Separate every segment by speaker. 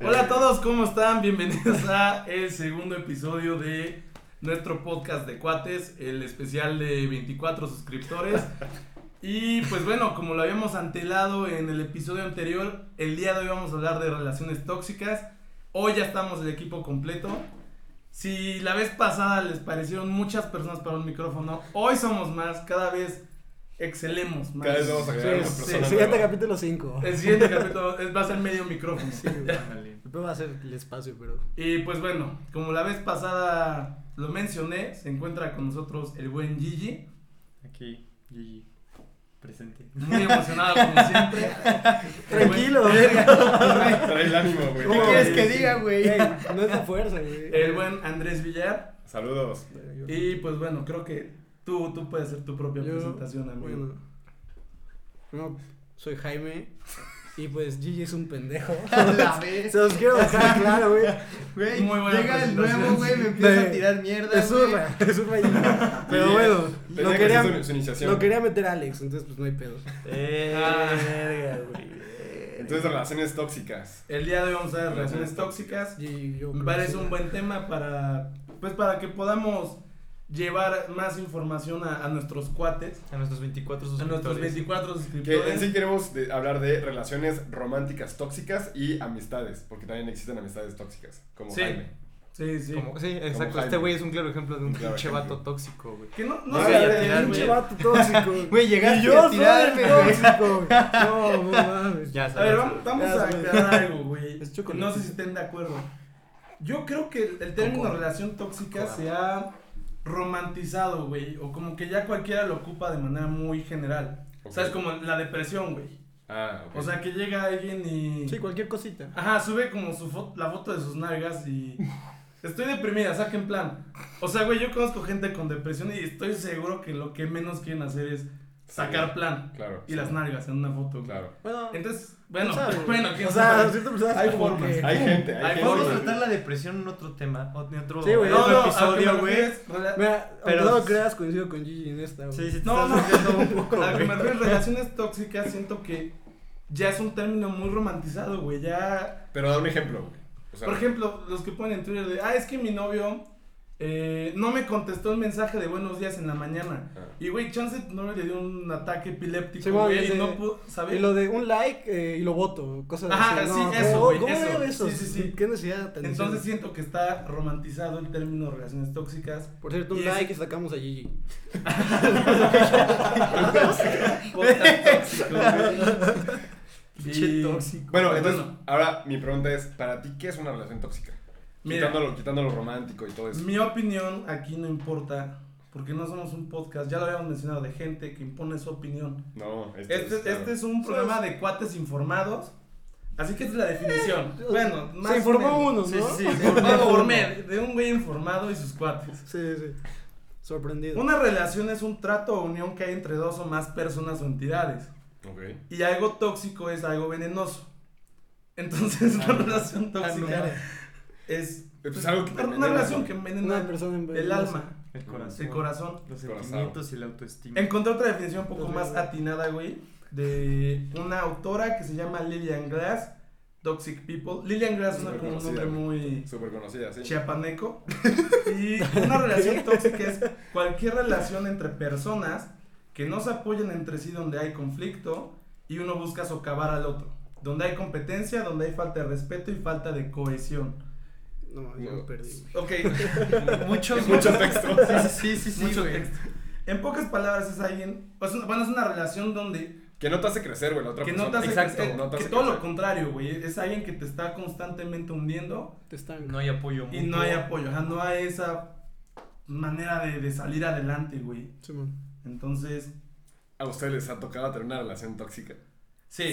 Speaker 1: Hola
Speaker 2: Eh.
Speaker 1: a todos, ¿cómo están? Bienvenidos a el segundo episodio de nuestro podcast de cuates, el especial de 24 suscriptores. Y pues bueno, como lo habíamos antelado en el episodio anterior, el día de hoy vamos a hablar de relaciones tóxicas. Hoy ya estamos el equipo completo. Si la vez pasada les parecieron muchas personas para un micrófono, hoy somos más, cada vez excelemos más.
Speaker 2: Cada vez vamos a
Speaker 1: Sí,
Speaker 2: crear una
Speaker 1: sí,
Speaker 2: persona
Speaker 1: sí.
Speaker 3: Siguiente
Speaker 2: nueva.
Speaker 3: capítulo 5.
Speaker 1: El siguiente capítulo es- va a ser medio micrófono.
Speaker 2: Ándale.
Speaker 3: va a ser el espacio, pero.
Speaker 1: Y pues bueno, como la vez pasada lo mencioné, se encuentra con nosotros el buen Gigi,
Speaker 2: Aquí, Gigi, presente.
Speaker 1: muy emocionado como siempre.
Speaker 3: Tranquilo, verga.
Speaker 2: Trae el ánimo, güey.
Speaker 3: ¿Qué quieres que
Speaker 1: diga,
Speaker 3: Güey, no es la fuerza, güey.
Speaker 1: El buen Andrés Villar.
Speaker 2: Saludos.
Speaker 1: Y pues bueno, creo que tú, tú puedes hacer tu propia
Speaker 3: Yo-
Speaker 1: presentación, amigo.
Speaker 3: Bueno. No, soy Jaime. Y pues Gigi es un pendejo.
Speaker 4: A la vez.
Speaker 3: Se los quiero dejar claro, güey.
Speaker 4: Güey,
Speaker 1: Muy buena
Speaker 4: llega el
Speaker 1: presentación.
Speaker 4: nuevo, güey, me empieza
Speaker 3: De-
Speaker 4: a tirar mierda.
Speaker 3: Es zurra, es zurra Gigi. Pero
Speaker 2: Gigi,
Speaker 3: bueno,
Speaker 2: tenía
Speaker 3: lo
Speaker 2: que
Speaker 3: quería,
Speaker 2: hacer su- su iniciación.
Speaker 3: lo quería meter a Alex, entonces pues no hay pedo.
Speaker 1: Eh, Ah.
Speaker 4: Ah.
Speaker 1: Verga,
Speaker 2: Entonces, relaciones tóxicas.
Speaker 1: El día de hoy vamos a ver relaciones tóxicas.
Speaker 3: Gigi, yo
Speaker 1: Me
Speaker 3: creo que
Speaker 1: parece
Speaker 3: sí.
Speaker 1: un buen tema para, pues para que podamos llevar más información a, a nuestros cuates,
Speaker 5: A nuestros 24
Speaker 1: a nuestros
Speaker 5: suscriptores.
Speaker 1: 24
Speaker 2: Que en
Speaker 1: suscriptores.
Speaker 2: sí queremos de- hablar de relaciones románticas tóxicas y amistades, porque también existen amistades tóxicas, como
Speaker 1: Sí.
Speaker 2: Jaime.
Speaker 1: Sí, sí.
Speaker 5: Como- sí, exacto.
Speaker 2: Jaime.
Speaker 5: Este güey es un claro ejemplo de un
Speaker 2: Un claro
Speaker 5: pinche
Speaker 2: ejemplo.
Speaker 5: vato tóxico, güey.
Speaker 1: Que no, no
Speaker 2: No,
Speaker 1: sé,
Speaker 2: la verdad,
Speaker 1: tirar,
Speaker 3: Pinche
Speaker 1: güey.
Speaker 3: vato tóxico.
Speaker 5: Güey,
Speaker 3: Y
Speaker 5: llegaste
Speaker 3: yo
Speaker 5: a
Speaker 3: soy
Speaker 5: tirarme,
Speaker 3: el
Speaker 5: güey.
Speaker 3: tóxico. No, no mames.
Speaker 5: Pues Ya
Speaker 1: A ver,
Speaker 5: sabes.
Speaker 1: vamos, vamos
Speaker 3: Ya
Speaker 1: a
Speaker 3: sabes.
Speaker 1: aclarar algo, güey.
Speaker 3: Es chocolate.
Speaker 1: No sé si estén de acuerdo. Yo creo que el- el término
Speaker 5: Coco.
Speaker 1: relación tóxica
Speaker 5: Coco.
Speaker 1: se ha romantizado, güey. O como que ya cualquiera lo ocupa de manera muy general. O sea, es
Speaker 2: Ok.
Speaker 1: como la depresión, güey.
Speaker 2: Ah, ok.
Speaker 1: O sea, que llega alguien y...
Speaker 3: Sí, cualquier cosita.
Speaker 1: Ajá, sube como su fo- la foto de sus nalgas y... Estoy deprimida, o sea, que en plan. O sea, güey, yo conozco gente con depresión y estoy seguro que lo que menos quieren hacer es sacar plan
Speaker 2: Claro.
Speaker 1: y las nalgas en una foto. güey.
Speaker 2: Claro.
Speaker 3: Bueno,
Speaker 1: Entonces, bueno,
Speaker 3: quién sabe, güey.
Speaker 1: bueno, quién
Speaker 3: o sea,
Speaker 1: sabe.
Speaker 3: ciertas personas
Speaker 1: Hay
Speaker 3: como
Speaker 1: formas.
Speaker 3: que-
Speaker 2: Hay gente, hay,
Speaker 1: Hay formas
Speaker 2: gente.
Speaker 5: Podemos
Speaker 1: de
Speaker 2: güey.
Speaker 5: tratar la depresión en otro tema. o- En otro,
Speaker 3: Sí, güey,
Speaker 5: en
Speaker 1: No,
Speaker 5: otro
Speaker 1: no, a lo
Speaker 5: episodio,
Speaker 1: que
Speaker 5: güey.
Speaker 1: me refiero es rela-
Speaker 3: Mira,
Speaker 5: Pero-
Speaker 3: pero no lo creas, coincido con Gigi en esta, güey.
Speaker 5: Sí, sí, te
Speaker 1: No,
Speaker 5: estás
Speaker 1: no.
Speaker 5: sufriendo un poco,
Speaker 1: a lo que
Speaker 5: güey.
Speaker 1: me refiero es relaciones tóxicas, siento que ya es un término muy romantizado, güey. Ya,
Speaker 2: Pero da un ejemplo, güey. O sea,
Speaker 1: por ejemplo, los que ponen en Twitter de, ah, es que mi novio eh, no me contestó el mensaje de buenos días en la mañana.
Speaker 2: ah,
Speaker 1: Y, güey, chance tu novio le dio un ataque epiléptico,
Speaker 3: Sí,
Speaker 1: güey,
Speaker 3: güey,
Speaker 1: y
Speaker 3: de-
Speaker 1: no pudo, ¿sabes?
Speaker 3: Y lo de un like eh, y lo voto, cosas
Speaker 1: Ajá,
Speaker 3: así.
Speaker 1: sí, eso,
Speaker 3: ¿cómo-
Speaker 1: güey,
Speaker 3: ¿Cómo
Speaker 1: eso.
Speaker 3: veo eso?
Speaker 1: Sí, sí, sí.
Speaker 3: ¿Qué necesidad
Speaker 1: Entonces
Speaker 3: tan necesaria?
Speaker 1: siento que está romantizado el término relaciones tóxicas.
Speaker 3: Por cierto, un
Speaker 1: y es-
Speaker 3: like y sacamos a Gigi.
Speaker 1: Podcast tóxico, güey.
Speaker 5: Pinche tóxico.
Speaker 2: Bueno,
Speaker 1: pues,
Speaker 2: entonces,
Speaker 1: bueno.
Speaker 2: ahora mi pregunta es, ¿para ti qué es una relación tóxica?
Speaker 1: Mira.
Speaker 2: Quitando lo, quitando lo romántico y todo eso.
Speaker 1: Mi opinión aquí no importa, porque no somos un podcast, ya lo habíamos mencionado, de gente que impone su opinión.
Speaker 2: No, este,
Speaker 1: Este,
Speaker 2: claro.
Speaker 1: este es un programa de cuates informados, así que esta es la definición. Bueno, más o
Speaker 3: Se informó
Speaker 1: menos.
Speaker 3: uno, ¿no?
Speaker 5: Sí, sí, sí.
Speaker 1: Me informé de un güey informado y sus cuates.
Speaker 3: Sí, sí. Sorprendido. Ah,
Speaker 1: Una relación es un trato o unión que hay entre dos o más personas o entidades.
Speaker 2: Ok.
Speaker 1: Y algo tóxico es algo venenoso. Entonces, una relación tóxica es
Speaker 2: Pues algo que te
Speaker 1: una
Speaker 2: envenena,
Speaker 1: relación
Speaker 2: ¿no?
Speaker 1: que envenena
Speaker 3: Una persona en
Speaker 1: el alma,
Speaker 5: El corazón.
Speaker 1: el corazón.
Speaker 5: Los
Speaker 2: Corazón.
Speaker 5: sentimientos y la autoestima.
Speaker 1: Encontré otra definición un poco
Speaker 3: Los
Speaker 1: más
Speaker 3: veo.
Speaker 1: atinada, güey, de una autora que se llama Lillian Glass, Toxic People. Lillian Glass suena
Speaker 2: Súper
Speaker 1: como un
Speaker 2: conocida,
Speaker 1: nombre
Speaker 2: güey.
Speaker 1: muy
Speaker 2: Súper conocida, sí.
Speaker 1: chiapaneco. Y una relación tóxica es cualquier relación entre personas que no se apoyan entre sí donde hay conflicto y uno busca socavar al otro. Donde hay competencia, donde hay falta de respeto y falta de cohesión.
Speaker 3: No, yo
Speaker 2: No.
Speaker 3: me perdí. güey.
Speaker 1: Ok,
Speaker 5: Muchos,
Speaker 2: Mucho
Speaker 5: muchos.
Speaker 2: texto.
Speaker 5: Sí, sí, sí, sí,
Speaker 1: mucho
Speaker 5: güey.
Speaker 1: texto. En pocas palabras es alguien, o sea, bueno, es una relación donde
Speaker 2: Que no te hace crecer, güey, la otra
Speaker 1: que no
Speaker 2: persona.
Speaker 1: te hace
Speaker 5: Exacto,
Speaker 1: crecer,
Speaker 2: no te
Speaker 1: que
Speaker 2: hace
Speaker 1: todo lo
Speaker 2: crecer.
Speaker 1: contrario, güey, es alguien que te está constantemente hundiendo
Speaker 3: Te están.
Speaker 5: No hay apoyo
Speaker 1: y
Speaker 5: mutuo.
Speaker 1: no hay apoyo, ajá, no hay esa manera de, de salir adelante, güey.
Speaker 3: Simón.
Speaker 1: Entonces,
Speaker 2: A ustedes les ha tocado tener una relación tóxica.
Speaker 1: sí,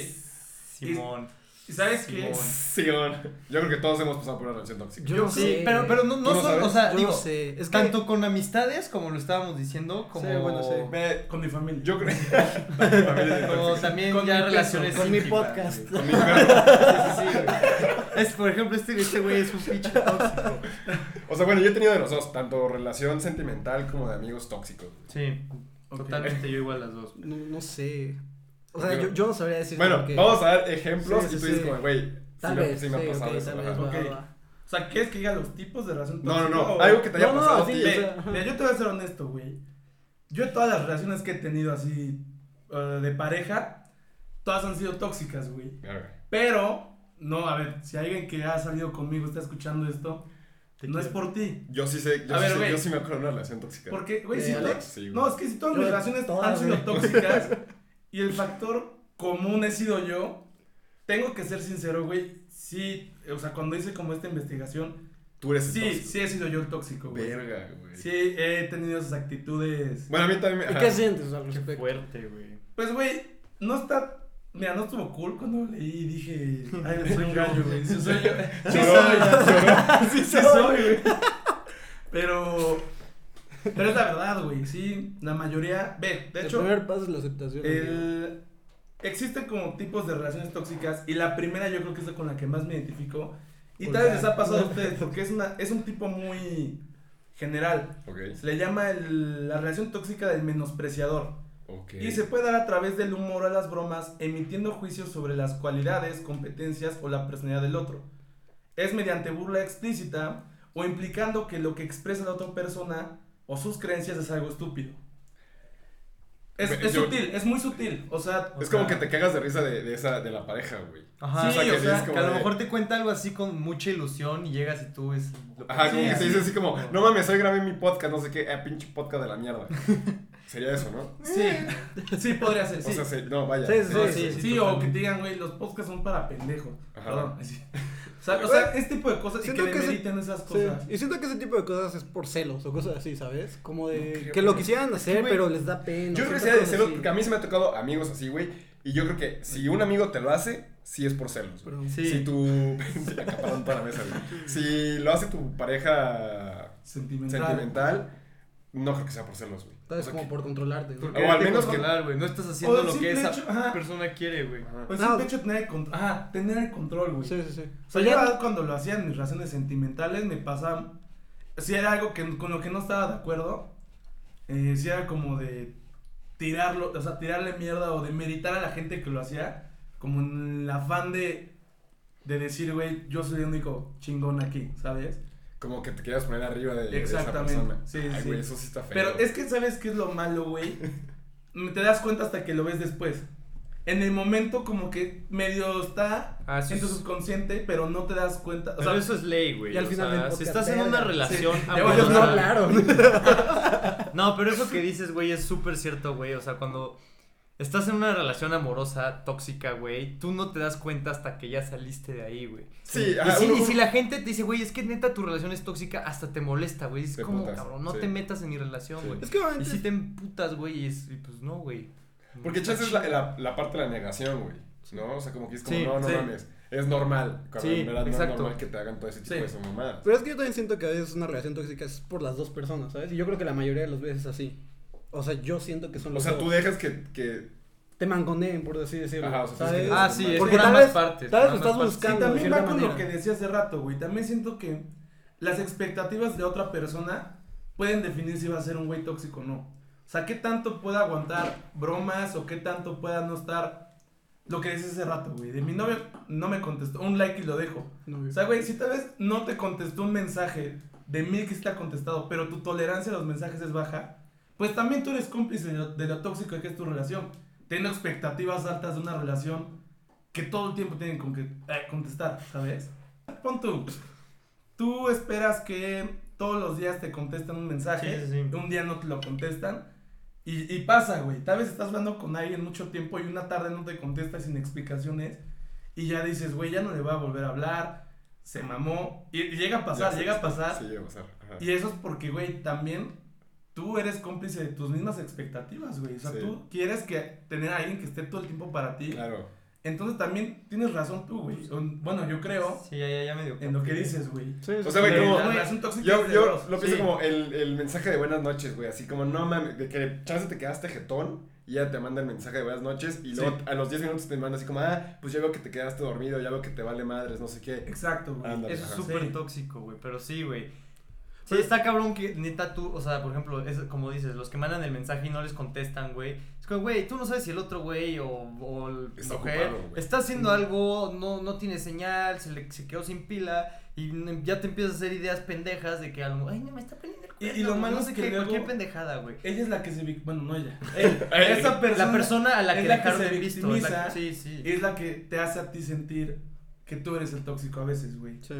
Speaker 5: Simón.
Speaker 1: ¿Y ¿sabes qué?
Speaker 5: Simón.
Speaker 2: Sí, bueno. Yo creo que todos hemos pasado por una relación tóxica.
Speaker 3: Yo
Speaker 5: Yo
Speaker 3: no
Speaker 5: sí,
Speaker 3: sé,
Speaker 5: pero, pero no, no
Speaker 2: ¿Tú no
Speaker 5: son, o
Speaker 2: sabes?
Speaker 5: sea,
Speaker 3: Yo
Speaker 5: digo,
Speaker 3: no sé. Es que-
Speaker 5: tanto con amistades como lo estábamos diciendo, como,
Speaker 3: Sí, bueno, sí.
Speaker 2: Me-
Speaker 1: Eh, Con mi familia.
Speaker 2: yo creo Mi familia es
Speaker 5: como
Speaker 2: tóxica.
Speaker 5: también
Speaker 1: Con mi
Speaker 5: ya
Speaker 1: peso,
Speaker 5: relaciones
Speaker 3: Con mi
Speaker 5: íntimas,
Speaker 3: podcast.
Speaker 5: güey.
Speaker 2: Con mi perro.
Speaker 5: Sí, sí, sí, güey. Es, por ejemplo, este este güey es un pinche tóxico.
Speaker 2: O sea, bueno, yo he tenido de los dos, tanto relación sentimental como de amigos tóxicos.
Speaker 5: Sí,
Speaker 1: Ok.
Speaker 5: totalmente yo igual las dos.
Speaker 3: No, no sé. O sea,
Speaker 2: Pero-
Speaker 3: yo, yo no sabría decir.
Speaker 2: Bueno,
Speaker 3: porque-
Speaker 2: vamos a dar ejemplos
Speaker 3: Sí,
Speaker 2: y
Speaker 3: sí,
Speaker 2: tú dices
Speaker 3: sí.
Speaker 2: como, güey,
Speaker 3: Tal
Speaker 2: me-
Speaker 3: vez.
Speaker 2: sí me ha
Speaker 3: sí,
Speaker 2: pasado
Speaker 3: ok,
Speaker 2: eso,
Speaker 3: tal
Speaker 2: ajá.
Speaker 3: vez. va,
Speaker 1: Ok.
Speaker 3: va, va.
Speaker 1: O sea, ¿quieres que diga los tipos de relación
Speaker 2: No, no,
Speaker 1: tóxica
Speaker 2: no.
Speaker 1: o-
Speaker 2: Algo que te haya
Speaker 3: No, no,
Speaker 2: pasado. a
Speaker 3: sí,
Speaker 2: ti.
Speaker 3: o
Speaker 1: Ve,
Speaker 3: sea, ajá.
Speaker 1: mira, yo te voy a ser honesto, güey. Yo todas las relaciones que he tenido así eh, de pareja, todas han sido tóxicas, güey.
Speaker 2: Verga.
Speaker 1: Pero, no, a ver, si alguien que ha salido conmigo está escuchando esto,
Speaker 3: Te
Speaker 1: no es
Speaker 3: quiero.
Speaker 1: por ti.
Speaker 2: Yo sí sé, yo,
Speaker 1: A
Speaker 2: sí,
Speaker 1: ver,
Speaker 2: sé-
Speaker 1: güey.
Speaker 2: yo sí me acuerdo de una relación tóxica.
Speaker 1: Porque, güey,
Speaker 3: Eh,
Speaker 1: si
Speaker 3: Alex,
Speaker 1: to-
Speaker 2: Sí, güey.
Speaker 1: No, es que si todas mis
Speaker 3: Yo-
Speaker 1: relaciones
Speaker 3: todas,
Speaker 1: han sido
Speaker 3: güey.
Speaker 1: tóxicas y el factor común he sido yo, tengo que ser sincero, güey. Sí, o sea, cuando hice como esta investigación,
Speaker 2: Tú eres el
Speaker 1: sí,
Speaker 2: tóxico.
Speaker 1: sí he sido yo el tóxico, güey.
Speaker 2: Verga, güey.
Speaker 1: Sí, he tenido esas actitudes.
Speaker 2: Bueno, a mí también me...
Speaker 3: ¿Y
Speaker 2: ajá.
Speaker 3: qué sientes al
Speaker 5: Qué
Speaker 3: respecto?
Speaker 5: fuerte, güey.
Speaker 1: Pues, güey, no está. Mira, no estuvo cool cuando leí y dije. Ay, soy un gallo, güey. Sí, soy yo. Sí,
Speaker 2: Lloró,
Speaker 1: soy.
Speaker 2: lloró.
Speaker 1: Sí, sí soy, güey. Pero. Pero es la verdad, güey. Sí, la mayoría. Ve, de
Speaker 3: el
Speaker 1: hecho,
Speaker 3: primer paso es la aceptación. amigo.
Speaker 1: el. Existen como tipos de relaciones tóxicas y la primera yo creo que es la con la que más me identifico. Y tal vez les ha pasado a ustedes porque es, una, es un tipo muy general.
Speaker 2: Ok,
Speaker 1: Se le llama el- la relación tóxica del menospreciador.
Speaker 2: ok.
Speaker 1: Y se puede dar a través del humor a las bromas, emitiendo juicios sobre las cualidades, competencias o la personalidad del otro. Es mediante burla explícita o implicando que lo que expresa la otra persona o sus creencias es algo estúpido. Es,
Speaker 2: Ve,
Speaker 1: es
Speaker 2: yo-
Speaker 1: sutil, es muy sutil. O sea,
Speaker 2: Es como que te cagas de risa de, de esa, de la pareja, güey.
Speaker 5: Ajá,
Speaker 1: Sí,
Speaker 5: o sea, que,
Speaker 1: o sea,
Speaker 5: que
Speaker 2: como
Speaker 5: a lo
Speaker 2: de-
Speaker 5: mejor te cuenta algo así con mucha ilusión y llegas y tú es... lo-
Speaker 2: Ajá, como
Speaker 1: Sí,
Speaker 2: que te
Speaker 1: sí.
Speaker 2: dice así como, no mames, hoy grabé mi podcast, no sé qué, eh, pinche podcast de la mierda. Sería eso, ¿no?
Speaker 1: sí,
Speaker 3: Mm.
Speaker 1: sí podría ser. Sí,
Speaker 2: O sea, se- no, vaya.
Speaker 3: Sí, sí,
Speaker 1: No,
Speaker 3: sí,
Speaker 1: sí,
Speaker 3: sí,
Speaker 1: sí, o
Speaker 3: totalmente.
Speaker 1: que te digan, güey, los podcasts son para pendejos.
Speaker 2: Ajá.
Speaker 1: Perdón. sí. O sea, o sea, este tipo de cosas y que
Speaker 3: Siento que se-
Speaker 1: demeriten esas
Speaker 3: Sí,
Speaker 1: cosas.
Speaker 3: Y siento que ese tipo de cosas es por celos o cosas así, ¿sabes? Como
Speaker 2: No
Speaker 3: de
Speaker 2: creo,
Speaker 3: que lo
Speaker 2: güey.
Speaker 3: quisieran hacer,
Speaker 2: güey,
Speaker 3: pero les da pena.
Speaker 2: Yo creo que sea
Speaker 3: ciertas
Speaker 2: de celos,
Speaker 3: cosas
Speaker 2: porque a
Speaker 3: así.
Speaker 2: mí se me ha tocado amigos así, güey. Y yo creo que si un amigo te lo hace, sí es por celos, güey.
Speaker 3: Pero-
Speaker 5: Sí.
Speaker 2: Si tu. se acapararon toda la mesa, güey. Si lo hace tu pareja
Speaker 1: Sentimental.
Speaker 2: sentimental, no creo que sea por celos, güey.
Speaker 3: Tal vez
Speaker 2: O sea,
Speaker 3: como
Speaker 2: que-
Speaker 3: por controlarte. ¿no?
Speaker 5: Porque
Speaker 2: O al
Speaker 5: hay
Speaker 2: menos que-
Speaker 5: controlar, güey. No estás haciendo
Speaker 1: el
Speaker 5: lo que
Speaker 1: simple
Speaker 5: esa
Speaker 1: hecho- ajá.
Speaker 5: persona quiere, güey.
Speaker 1: Pues
Speaker 3: No.
Speaker 1: sí, de hecho, tener el control. Ajá, tener el control, güey.
Speaker 3: Sí, sí, sí.
Speaker 1: O sea, yo la verdad, cuando lo hacía en mis razones sentimentales, me pasaba. Si era algo que, con lo que no estaba de acuerdo, eh, si era como de tirarlo, o sea, tirarle mierda o de meditar a la gente que lo hacía, como en el afán de, de decir, güey, yo soy el único chingón aquí, ¿sabes?
Speaker 2: Como que te quieras poner arriba de, de
Speaker 1: Exactamente.
Speaker 2: esa persona.
Speaker 1: Sí,
Speaker 2: Ay,
Speaker 1: sí.
Speaker 2: güey, eso sí está feo.
Speaker 1: Pero es que, ¿sabes qué es lo malo, güey? Mm, Te das cuenta hasta que lo ves después. En el momento, como que medio está
Speaker 5: Ah, eso
Speaker 1: en tu
Speaker 5: es-
Speaker 1: subconsciente, pero no te das cuenta. O
Speaker 5: Pero
Speaker 1: sea,
Speaker 5: eso es ley, güey.
Speaker 3: Y al
Speaker 5: o
Speaker 3: final
Speaker 5: sea,
Speaker 3: del
Speaker 5: si
Speaker 3: podcast,
Speaker 5: estás en una
Speaker 3: verga.
Speaker 5: relación
Speaker 1: Sí.
Speaker 5: amorosa-
Speaker 1: Pero
Speaker 3: Ellos no
Speaker 1: no-
Speaker 3: hablaron.
Speaker 5: No, pero eso que dices, güey, es súper cierto, güey. O sea, cuando estás en una relación amorosa, tóxica, güey, tú no te das cuenta hasta que ya saliste de ahí, güey.
Speaker 2: Sí,
Speaker 5: Y
Speaker 2: ajá,
Speaker 5: si,
Speaker 2: uno-
Speaker 5: y si
Speaker 2: uno-
Speaker 5: la gente te dice, güey, es que neta tu relación es tóxica, hasta te molesta, güey. Es
Speaker 2: Te
Speaker 5: como,
Speaker 2: emputas,
Speaker 5: cabrón, no
Speaker 2: sí.
Speaker 5: te metas en mi relación,
Speaker 2: Sí.
Speaker 5: güey.
Speaker 3: Es que
Speaker 5: Y
Speaker 3: obviamente.
Speaker 5: si te emputas, güey, y, es- y pues no, güey.
Speaker 2: Porque
Speaker 5: No está
Speaker 2: chance es la, la, la parte de la negación, güey. ¿No? O sea, como que es como,
Speaker 5: Sí,
Speaker 2: no, no
Speaker 1: sí.
Speaker 2: mames. Es normal. Cuando
Speaker 5: Sí,
Speaker 2: en verdad no es
Speaker 5: exacto.
Speaker 2: normal que te hagan todo ese tipo
Speaker 1: Sí.
Speaker 2: de mamadas.
Speaker 3: Pero es que yo también siento que a veces una relación tóxica es por las dos personas, ¿sabes? Y yo creo que la mayoría de las veces es así. O sea, yo siento que son
Speaker 2: O
Speaker 3: los
Speaker 2: sea,
Speaker 3: dos.
Speaker 2: tú dejas que. que
Speaker 3: Te mangoneen, por así decirlo.
Speaker 2: Ajá, o sea, sí,
Speaker 3: ¿sabes?
Speaker 2: es que-
Speaker 5: Ah, sí, es
Speaker 3: Porque
Speaker 5: por
Speaker 3: tal
Speaker 5: ambas
Speaker 3: vez-
Speaker 5: partes.
Speaker 3: tal
Speaker 5: por
Speaker 3: vez lo estás
Speaker 5: ambas partes.
Speaker 1: Y
Speaker 3: buscando. de
Speaker 1: también va
Speaker 3: cierta
Speaker 1: con lo
Speaker 3: manera.
Speaker 1: que decía hace rato, güey. También siento que las expectativas de otra persona pueden definir si va a ser un güey tóxico o no. O sea, qué tanto pueda aguantar bromas o qué tanto pueda no estar. Lo que decía hace rato, güey. De mi novio no me contestó. Un like y lo dejo.
Speaker 3: No,
Speaker 1: O sea, güey, si tal vez no te contestó un mensaje de mil que está contestado, pero tu tolerancia a los mensajes es baja, pues también tú eres cómplice de lo, de lo tóxico que es tu relación. Teniendo expectativas altas de una relación que todo el tiempo tienen con que eh, contestar, ¿sabes? Pon tú. Tú esperas que todos los días te contestan un mensaje,
Speaker 5: Sí, sí, sí.
Speaker 1: un día no te lo contestan. Y, y pasa, güey. Tal vez estás hablando con alguien mucho tiempo y una tarde no te contesta sin explicaciones. Y ya dices, güey, ya no le voy a volver a hablar. Se mamó. Y, y llega a pasar,
Speaker 2: Ya,
Speaker 1: llega a
Speaker 4: Ah.
Speaker 1: pasar.
Speaker 2: Sí, o sea. ajá.
Speaker 1: Y eso es porque, güey, también tú eres cómplice de tus mismas expectativas, güey. O sea,
Speaker 2: Sí.
Speaker 1: tú quieres que tener a alguien que esté todo el tiempo para ti.
Speaker 2: Claro.
Speaker 1: Entonces también tienes razón tú, güey. O- Bueno, yo creo
Speaker 5: Sí, ya, ya, ya medio.
Speaker 1: en lo que dices, güey.
Speaker 3: Sí, sí,
Speaker 2: O sea, güey,
Speaker 1: De
Speaker 2: como-
Speaker 1: la relación tóxica
Speaker 2: Yo,
Speaker 1: es de
Speaker 2: yo
Speaker 1: dos.
Speaker 2: lo pienso
Speaker 5: Sí.
Speaker 2: como el, el mensaje de buenas noches, güey. Así como, no mames, de que chance te quedaste jetón y ya te manda el mensaje de buenas noches. Y luego
Speaker 1: Sí.
Speaker 2: a los 10 minutos te manda así como, ah, pues ya veo que te quedaste dormido, ya veo que te vale madres, no sé qué.
Speaker 1: Exacto, güey.
Speaker 2: Ándale,
Speaker 5: Eso es
Speaker 2: ajá.
Speaker 5: súper
Speaker 1: Sí.
Speaker 5: tóxico, güey. Pero sí, güey.
Speaker 4: Sí, está cabrón que neta tú, o sea, por ejemplo, es como dices, los que mandan el mensaje y no les contestan, güey. Es como, güey, tú no sabes si el otro güey o, o el
Speaker 2: Está
Speaker 4: mujer
Speaker 2: ocupado, güey.
Speaker 4: está haciendo algo, no, no tiene señal, se, le, se quedó sin pila y n- ya te empiezas a hacer ideas pendejas de que algo, ay, no me está prendiendo el
Speaker 1: Y- y
Speaker 4: cuerno,
Speaker 1: lo
Speaker 4: güey,
Speaker 1: malo
Speaker 4: no
Speaker 1: es
Speaker 4: sé
Speaker 1: que
Speaker 4: qué,
Speaker 1: luego-
Speaker 4: cualquier pendejada, güey.
Speaker 1: Ella es la que se vic- bueno, no ella.
Speaker 2: Ey,
Speaker 1: esa persona,
Speaker 4: La persona a la
Speaker 1: es
Speaker 4: que
Speaker 1: la que
Speaker 4: dejaron
Speaker 1: se
Speaker 4: en visto. es la que-
Speaker 1: victimiza
Speaker 4: sí, sí.
Speaker 1: es la que te hace a ti sentir que tú eres el tóxico a veces, güey.
Speaker 3: Sí.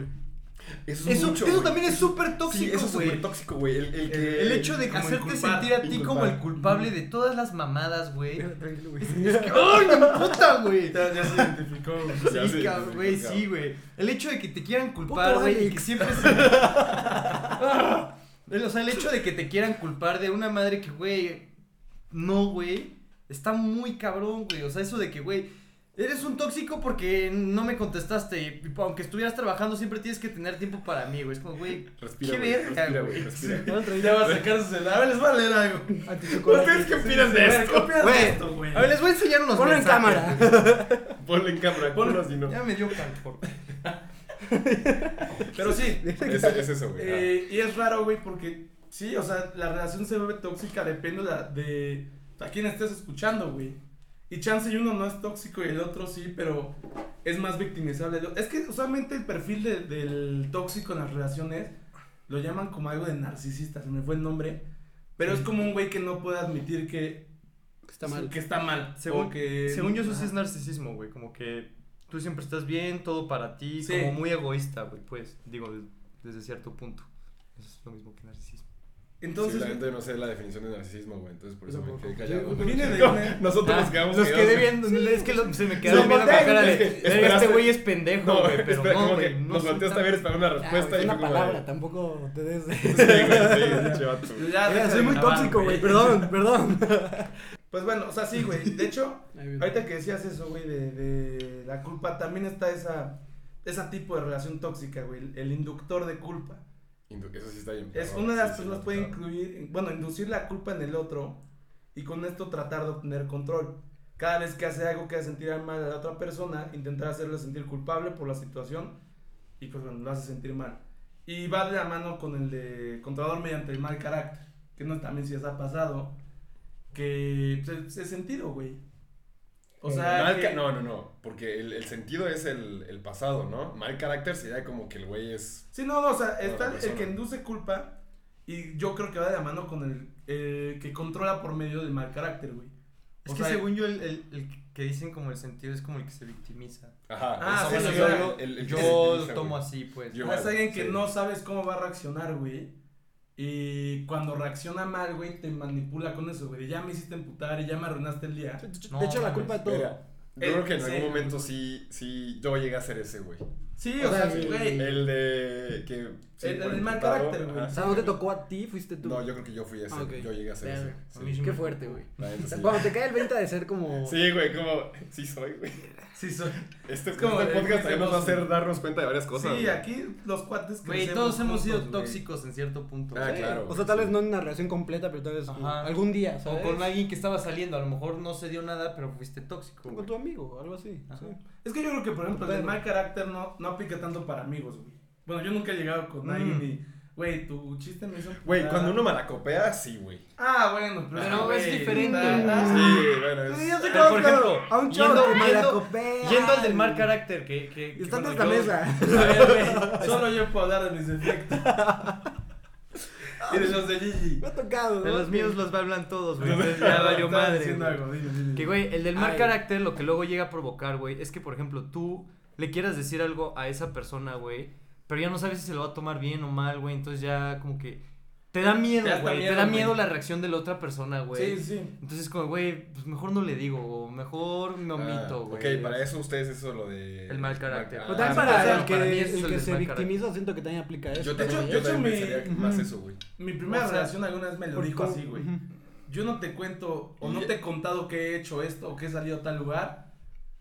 Speaker 2: Eso, es
Speaker 4: Eso,
Speaker 2: mucho,
Speaker 4: eso
Speaker 2: güey.
Speaker 4: también es súper
Speaker 2: Sí,
Speaker 4: tóxico,
Speaker 2: eso es
Speaker 4: güey.
Speaker 2: súper tóxico, güey. El, el que-
Speaker 4: el hecho de
Speaker 1: Como
Speaker 4: hacerte
Speaker 1: inculpar,
Speaker 4: sentir a ti como el
Speaker 2: inculpar.
Speaker 4: culpable de todas las mamadas, güey.
Speaker 3: Tranquilo, güey.
Speaker 4: ¡Ay, me puta, güey!
Speaker 1: Ya, ya se identificó. güey.
Speaker 2: Ya
Speaker 4: Sí,
Speaker 2: sé,
Speaker 4: cabrón, güey,
Speaker 2: cabrón.
Speaker 4: sí, güey. El hecho de que te quieran culpar,
Speaker 3: Puto
Speaker 4: güey, y
Speaker 3: Alex.
Speaker 4: que siempre se... El- o sea, el hecho de que te quieran culpar de una madre que, güey, no, güey, está muy cabrón, güey. O sea, eso de que, güey, eres un tóxico porque no me contestaste. Y aunque estuvieras trabajando, siempre tienes que tener tiempo para mí, güey. Es como, güey,
Speaker 2: Respira,
Speaker 4: qué
Speaker 2: güey,
Speaker 4: verga,
Speaker 2: respira,
Speaker 4: güey.
Speaker 2: güey, respira.
Speaker 1: Ya va a sacar su celular. A ver, les voy a leer algo.
Speaker 2: ¿Ustedes qué opinan de
Speaker 1: A ver, ¿Qué
Speaker 2: esto?
Speaker 1: opinas
Speaker 4: Güey,
Speaker 1: de esto, güey?
Speaker 4: A ver, les voy a enseñar unos
Speaker 3: Ponlo en
Speaker 4: mensajes.
Speaker 3: cámara.
Speaker 2: Ponlo en cámara,
Speaker 1: Ponlo-
Speaker 2: ponlo así, ¿no?
Speaker 4: Ya me dio calor.
Speaker 1: Pero sí,
Speaker 2: Es, es eso, güey. ah.
Speaker 1: Eh, y es raro, güey, porque sí, o sea, la relación se ve tóxica depende de, la- de a quién estés escuchando, güey. Y chance y uno no es tóxico y el otro sí, pero es más victimizable. Lo- Es que usualmente el perfil de- del tóxico en las relaciones lo llaman como algo de narcisista, se me fue el nombre. Pero es como un güey que no puede admitir que
Speaker 3: Está mal.
Speaker 1: Que está mal.
Speaker 4: Según-
Speaker 1: o que-
Speaker 4: Según yo, eso sí
Speaker 1: Ajá.
Speaker 4: es narcisismo, güey. Como que tú siempre estás bien, todo para ti,
Speaker 1: Sí.
Speaker 4: como muy egoísta, güey. Pues, digo, des- desde cierto punto. Eso es lo mismo que narcisismo.
Speaker 2: Sí,
Speaker 1: Entonces,
Speaker 2: la gente no sé la definición de narcisismo, güey. Entonces por eso me quedé callado.
Speaker 1: viene de una-
Speaker 2: Nosotros nos quedamos
Speaker 4: Ah, los
Speaker 2: callados,
Speaker 4: quedé
Speaker 2: güey.
Speaker 4: viendo, es que lo- se me
Speaker 2: No,
Speaker 4: quedaron viendo con
Speaker 2: voltea,
Speaker 4: cara de,
Speaker 2: es que
Speaker 4: "Verga,
Speaker 2: esperaste-
Speaker 4: este güey es pendejo,
Speaker 2: No,
Speaker 4: güey, pero
Speaker 2: espera,
Speaker 4: no,
Speaker 2: como que
Speaker 4: güey, no
Speaker 2: nos
Speaker 4: soy
Speaker 2: volteaste a
Speaker 4: tan-
Speaker 2: ver esperando una
Speaker 3: Ah,
Speaker 2: respuesta
Speaker 3: güey,
Speaker 2: y
Speaker 3: es
Speaker 2: fue
Speaker 3: una
Speaker 2: como
Speaker 3: palabra,
Speaker 2: de...
Speaker 3: tampoco te des.
Speaker 2: Sí, güey, sí, pinche vato, güey.
Speaker 1: ya deja
Speaker 3: Ya, Eh, soy
Speaker 1: de
Speaker 3: muy
Speaker 1: grabar,
Speaker 3: tóxico, güey. Perdón, perdón.
Speaker 1: Pues bueno, o sea, sí, güey. De hecho, Ahorita que decías eso, güey, de, de la culpa, también está esa, esa tipo de relación tóxica, güey, el, el inductor de culpa.
Speaker 2: Indu- Eso sí está bien.
Speaker 1: Es
Speaker 2: cabrón,
Speaker 1: una de las
Speaker 2: sí, sí,
Speaker 1: personas
Speaker 2: no,
Speaker 1: puede
Speaker 2: no.
Speaker 1: incluir, bueno, inducir la culpa en el otro y con esto tratar de obtener control. Cada vez que hace algo que hace sentir mal a la otra persona, intentar hacerle sentir culpable por la situación y pues bueno, lo hace sentir mal. Y va de la mano con el de controlador mediante el mal carácter, que no también si les ha pasado, que pues, es- es sentido, güey. O
Speaker 2: Como
Speaker 1: sea,
Speaker 2: mal
Speaker 1: que-
Speaker 2: ca- no, no, no, porque el, el sentido es el, el pasado, ¿no? Mal carácter sería como que el güey es...
Speaker 1: Sí, no, no, o sea,
Speaker 2: Otra
Speaker 1: está el- el
Speaker 2: persona.
Speaker 1: que induce culpa y yo creo que va de la mano con el, el que controla por medio del mal carácter, güey.
Speaker 4: Es
Speaker 1: O
Speaker 4: que
Speaker 1: sea,
Speaker 4: según yo, el, el- el que dicen como el sentido es como el que se victimiza. Pues,
Speaker 2: Ajá.
Speaker 1: Ah,
Speaker 2: es-
Speaker 1: sí,
Speaker 2: es-
Speaker 1: sí, sí.
Speaker 4: yo
Speaker 2: el- el-
Speaker 4: yo
Speaker 2: el- el-
Speaker 4: lo
Speaker 2: el-
Speaker 4: tomo así, pues.
Speaker 2: Yo-
Speaker 1: ah, es
Speaker 2: igual,
Speaker 1: alguien que
Speaker 2: sí.
Speaker 1: no sabes cómo va a reaccionar, güey. Y cuando reacciona mal, güey, te manipula con eso, güey. Ya me hiciste emputar y ya me arruinaste el día.
Speaker 4: No,
Speaker 3: de hecho, la
Speaker 4: mames,
Speaker 3: culpa de todo.
Speaker 2: Mira, yo
Speaker 1: El-
Speaker 2: creo que en
Speaker 1: sí.
Speaker 2: algún momento sí, sí, yo llegué a ser ese güey.
Speaker 1: Sí,
Speaker 3: O
Speaker 1: o sea,
Speaker 3: sea,
Speaker 1: sí,
Speaker 3: el-
Speaker 1: güey.
Speaker 4: eh,
Speaker 2: El de... Que, sí,
Speaker 1: El- el
Speaker 2: por
Speaker 1: del mal
Speaker 2: putado,
Speaker 1: carácter, güey.
Speaker 2: ajá.
Speaker 3: O sea, no te tocó a ti, fuiste tú.
Speaker 2: No, yo creo que yo fui ese.
Speaker 3: Ah, ok.
Speaker 2: Yo llegué a ser ese.
Speaker 3: Verga.
Speaker 2: sí.
Speaker 4: A mí sí
Speaker 3: Qué
Speaker 4: me-
Speaker 3: fuerte, güey.
Speaker 2: La neta,
Speaker 3: O sea,
Speaker 2: sí.
Speaker 3: Cuando te cae el 20 de ser como.
Speaker 2: Sí, güey, como, sí soy, güey.
Speaker 1: Sí, soy-
Speaker 2: Este,
Speaker 1: Es como
Speaker 2: este
Speaker 1: el
Speaker 2: podcast también nos va a hacer
Speaker 1: celoso.
Speaker 2: darnos cuenta de varias cosas.
Speaker 1: sí
Speaker 2: güey.
Speaker 1: aquí los cuates
Speaker 4: Güey,
Speaker 1: crecemos
Speaker 4: todos hemos sido
Speaker 1: juntos, güey.
Speaker 4: tóxicos en cierto punto.
Speaker 2: Ah,
Speaker 4: güey.
Speaker 2: claro,
Speaker 3: O
Speaker 2: güey,
Speaker 3: sea, tal
Speaker 2: sí.
Speaker 3: vez no en una relación completa, pero tal vez como
Speaker 4: Ajá.
Speaker 3: algún día,
Speaker 4: O
Speaker 3: ¿sabes?
Speaker 4: con alguien que estaba saliendo, a lo mejor no se dio nada, pero fuiste tóxico.
Speaker 3: Con
Speaker 4: güey.
Speaker 3: tu amigo, algo así.
Speaker 4: Ajá.
Speaker 3: sí.
Speaker 1: Es que yo creo que, por ejemplo, el
Speaker 3: Pero-
Speaker 1: mal carácter no, no aplica tanto para amigos, güey. Bueno, yo nunca he llegado con
Speaker 4: Mm.
Speaker 1: alguien y, güey, tu chiste me hizo.
Speaker 2: Güey,
Speaker 1: emputar.
Speaker 2: cuando uno malacopea, sí, güey.
Speaker 1: Ah, bueno, pero,
Speaker 4: Pero
Speaker 1: güey,
Speaker 4: es diferente. Ah,
Speaker 1: está-
Speaker 2: Sí, güey, bueno, es...
Speaker 3: Sí, yo sé
Speaker 4: Pero,
Speaker 3: cómo,
Speaker 4: por
Speaker 3: claro,
Speaker 4: ejemplo,
Speaker 3: a un
Speaker 4: yendo-
Speaker 3: chavo
Speaker 4: yendo-
Speaker 3: que malacopea.
Speaker 4: Yendo al del mal carácter, que. que, que
Speaker 3: Está en
Speaker 4: bueno,
Speaker 3: esta
Speaker 4: yo-
Speaker 3: mesa.
Speaker 1: A ver, güey, solo yo puedo hablar de mis defectos. y de los de Gigi.
Speaker 3: Me ha tocado,
Speaker 4: De
Speaker 3: ¿no?
Speaker 4: los míos los hablan todos, güey. entonces ya
Speaker 1: Pues,
Speaker 4: valió
Speaker 1: Estaba
Speaker 4: madre.
Speaker 1: diciendo
Speaker 4: güey.
Speaker 1: algo, dime, dime.
Speaker 4: Que, güey, el del mal
Speaker 3: Ay.
Speaker 4: carácter lo que luego llega a provocar, güey, es que, por ejemplo, tú le quieras decir algo a esa persona, güey, pero ya no sabes si se lo va a tomar bien o mal, güey, entonces ya como que. Te da miedo,
Speaker 1: Te da hasta
Speaker 4: güey. Te
Speaker 1: miedo,
Speaker 4: da
Speaker 1: güey.
Speaker 4: miedo la reacción de la otra persona, güey.
Speaker 1: Sí, sí.
Speaker 4: Entonces, como, güey, pues mejor no le digo, o mejor me
Speaker 2: Ah,
Speaker 4: omito, güey.
Speaker 2: Ok, para eso ustedes eso lo de...
Speaker 4: El mal carácter.
Speaker 2: Ah,
Speaker 1: Pues
Speaker 3: Pero
Speaker 4: Ah,
Speaker 3: también
Speaker 4: sí,
Speaker 3: para
Speaker 4: claro,
Speaker 3: el que,
Speaker 4: para mí eso es
Speaker 3: el
Speaker 4: el
Speaker 3: que
Speaker 4: del
Speaker 3: se
Speaker 4: mal carácter.
Speaker 3: victimiza, siento que también aplica eso.
Speaker 2: Yo
Speaker 1: De hecho-
Speaker 2: también,
Speaker 1: de
Speaker 2: yo
Speaker 1: hecho,
Speaker 2: también
Speaker 1: mi-
Speaker 2: pensaría más
Speaker 3: Ujú.
Speaker 2: eso, güey.
Speaker 1: Mi primera
Speaker 3: O sea,
Speaker 1: relación alguna vez me lo
Speaker 3: Por
Speaker 1: dijo
Speaker 3: co-
Speaker 1: así, güey.
Speaker 3: Ujú.
Speaker 1: Yo no te cuento o
Speaker 2: Y-
Speaker 1: no te he contado que he hecho esto o que he salido a tal lugar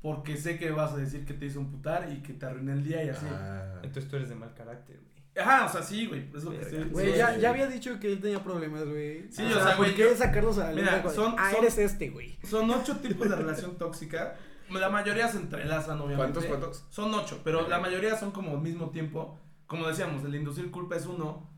Speaker 1: porque sé que vas a decir que te hizo amputar y que te arruiné el día y así.
Speaker 2: Ah.
Speaker 4: Entonces tú eres de mal carácter, güey.
Speaker 1: Ajá, o sea, sí, güey, es lo que
Speaker 4: Verga.
Speaker 1: estoy
Speaker 3: Güey,
Speaker 1: sí,
Speaker 3: ya,
Speaker 2: sí.
Speaker 3: ya había dicho que él tenía problemas, güey.
Speaker 1: Sí, o sea, güey,
Speaker 3: ¿Por qué
Speaker 1: yo-
Speaker 3: sacarlos a la
Speaker 1: Mira,
Speaker 3: luz?
Speaker 1: son-
Speaker 3: Ah,
Speaker 1: son-
Speaker 3: eres este, güey.
Speaker 1: Son ocho tipos de relación tóxica. La mayoría se entrelazan, obviamente.
Speaker 2: ¿Cuántos, cuántos?
Speaker 1: Son ocho, pero la mayoría son como al mismo tiempo. Como decíamos, el inducir culpa es uno.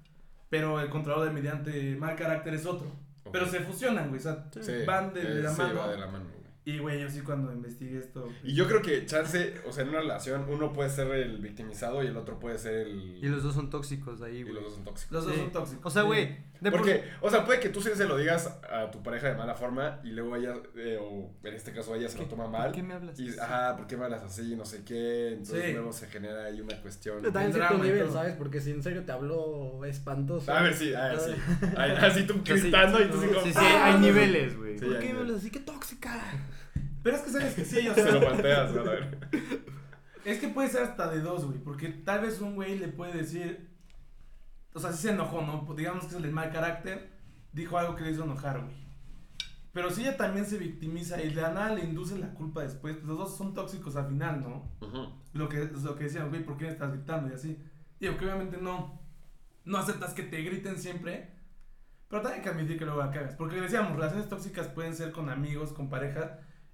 Speaker 1: pero el controlador de mediante mal carácter es otro.
Speaker 2: Ok.
Speaker 1: Pero se fusionan, güey. O sea,
Speaker 2: Sí,
Speaker 1: van de, de
Speaker 2: eh,
Speaker 1: la
Speaker 2: sí,
Speaker 1: mano.
Speaker 2: va de la mano, güey.
Speaker 1: Y, güey, yo sí cuando investigué esto.
Speaker 2: Y yo creo que chance, o sea, en una relación uno puede ser el victimizado y el otro puede ser el...
Speaker 5: Y los dos son tóxicos ahí,
Speaker 2: y
Speaker 5: güey.
Speaker 2: los dos son tóxicos.
Speaker 1: Los dos
Speaker 5: Sí.
Speaker 1: son tóxicos.
Speaker 5: O sea,
Speaker 1: Sí.
Speaker 5: güey, de por-
Speaker 2: Porque, o sea, puede que tú sí se lo digas a tu pareja de mala forma y luego ella, eh, o en este caso ella se lo toma mal.
Speaker 5: ¿Por qué me hablas?
Speaker 2: Y, ajá, ¿por qué me hablas así? No sé qué. Entonces
Speaker 1: Sí.
Speaker 2: luego se genera ahí una cuestión.
Speaker 3: Pero también
Speaker 1: El
Speaker 3: cierto
Speaker 1: drama y
Speaker 3: nivel,
Speaker 1: todo.
Speaker 3: ¿sabes? Porque si en serio te habló espantoso.
Speaker 2: A ver, sí, a ver, sí. Ay, Así tú
Speaker 5: Entonces,
Speaker 2: gritando y tú así
Speaker 5: sí,
Speaker 2: como... ¡ah!
Speaker 5: sí, hay niveles, güey.
Speaker 2: Sí,
Speaker 3: ¿Por
Speaker 2: hay
Speaker 3: qué me
Speaker 2: niveles.
Speaker 3: hablas así? ¡Qué tóxica!
Speaker 1: Pero es que sabes que sí, ellos
Speaker 2: Se lo planteas, ¿no? A ver.
Speaker 1: Es que puede ser hasta de dos, güey. Porque tal vez un güey le puede decir. O sea, sí se enojó, ¿no? Pues Digamos que es el mal carácter. Dijo algo que le hizo enojar, güey. Pero si ella también se victimiza y de la nada le induce la culpa después, pues los dos son tóxicos al final, ¿no?
Speaker 2: Ujú.
Speaker 1: Lo que, lo que decían, güey, ¿por qué me estás gritando? Y así. Y aunque obviamente no. No aceptas que te griten siempre. Pero también hay que admitir que luego la cagas. Porque decíamos, relaciones tóxicas pueden ser con amigos, con parejas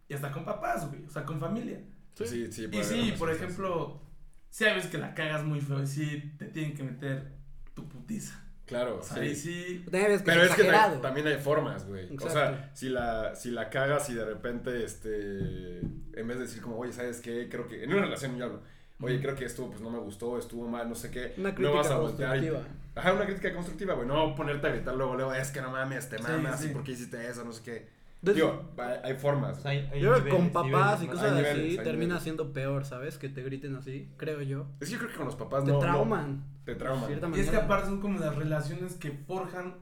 Speaker 1: y hasta con papás, güey. O sea, con familia.
Speaker 2: Sí, sí. puede
Speaker 1: Y
Speaker 2: haber
Speaker 1: sí,
Speaker 2: unas
Speaker 1: por
Speaker 2: cosas.
Speaker 1: ejemplo, si sabes que la cagas muy feo y sí te tienen que meter tu putiza.
Speaker 2: Claro,
Speaker 1: O sea, ahí
Speaker 2: sí.
Speaker 1: sí.
Speaker 3: También ves que
Speaker 2: Pero
Speaker 3: es
Speaker 2: es que
Speaker 3: exagerado.
Speaker 2: ta- también hay formas, güey. O sea,
Speaker 3: Exacto.
Speaker 2: si la, si la cagas y de repente, este, en vez de decir como, oye, ¿sabes qué? Creo que, en una relación yo hablo, oye,
Speaker 1: Ujú.
Speaker 2: creo que esto pues no me gustó, estuvo mal, no sé qué.
Speaker 3: Una
Speaker 2: no
Speaker 3: crítica
Speaker 2: vas a voltear y-
Speaker 3: constructiva.
Speaker 2: Ajá, una crítica constructiva, güey. No ponerte a gritar luego, luego, es que no mames, te
Speaker 1: Sí,
Speaker 2: mamas,
Speaker 1: sí.
Speaker 2: y por qué hiciste eso, no sé qué.
Speaker 3: Entonces,
Speaker 2: Digo, hay, hay formas.
Speaker 5: O sea, hay- hay
Speaker 3: yo creo que con
Speaker 5: niveles,
Speaker 3: papás
Speaker 5: niveles,
Speaker 3: y
Speaker 5: ¿no?
Speaker 3: cosas
Speaker 2: Hay
Speaker 3: así
Speaker 2: niveles, hay
Speaker 3: termina
Speaker 2: niveles.
Speaker 3: siendo peor, ¿sabes? Que te griten así, creo yo.
Speaker 2: Es que yo creo que con los papás
Speaker 3: te
Speaker 2: no. no,
Speaker 3: trauman.
Speaker 2: te
Speaker 3: de cierta
Speaker 2: trauman.
Speaker 1: Y es que
Speaker 3: manera.
Speaker 1: aparte son como las relaciones que forjan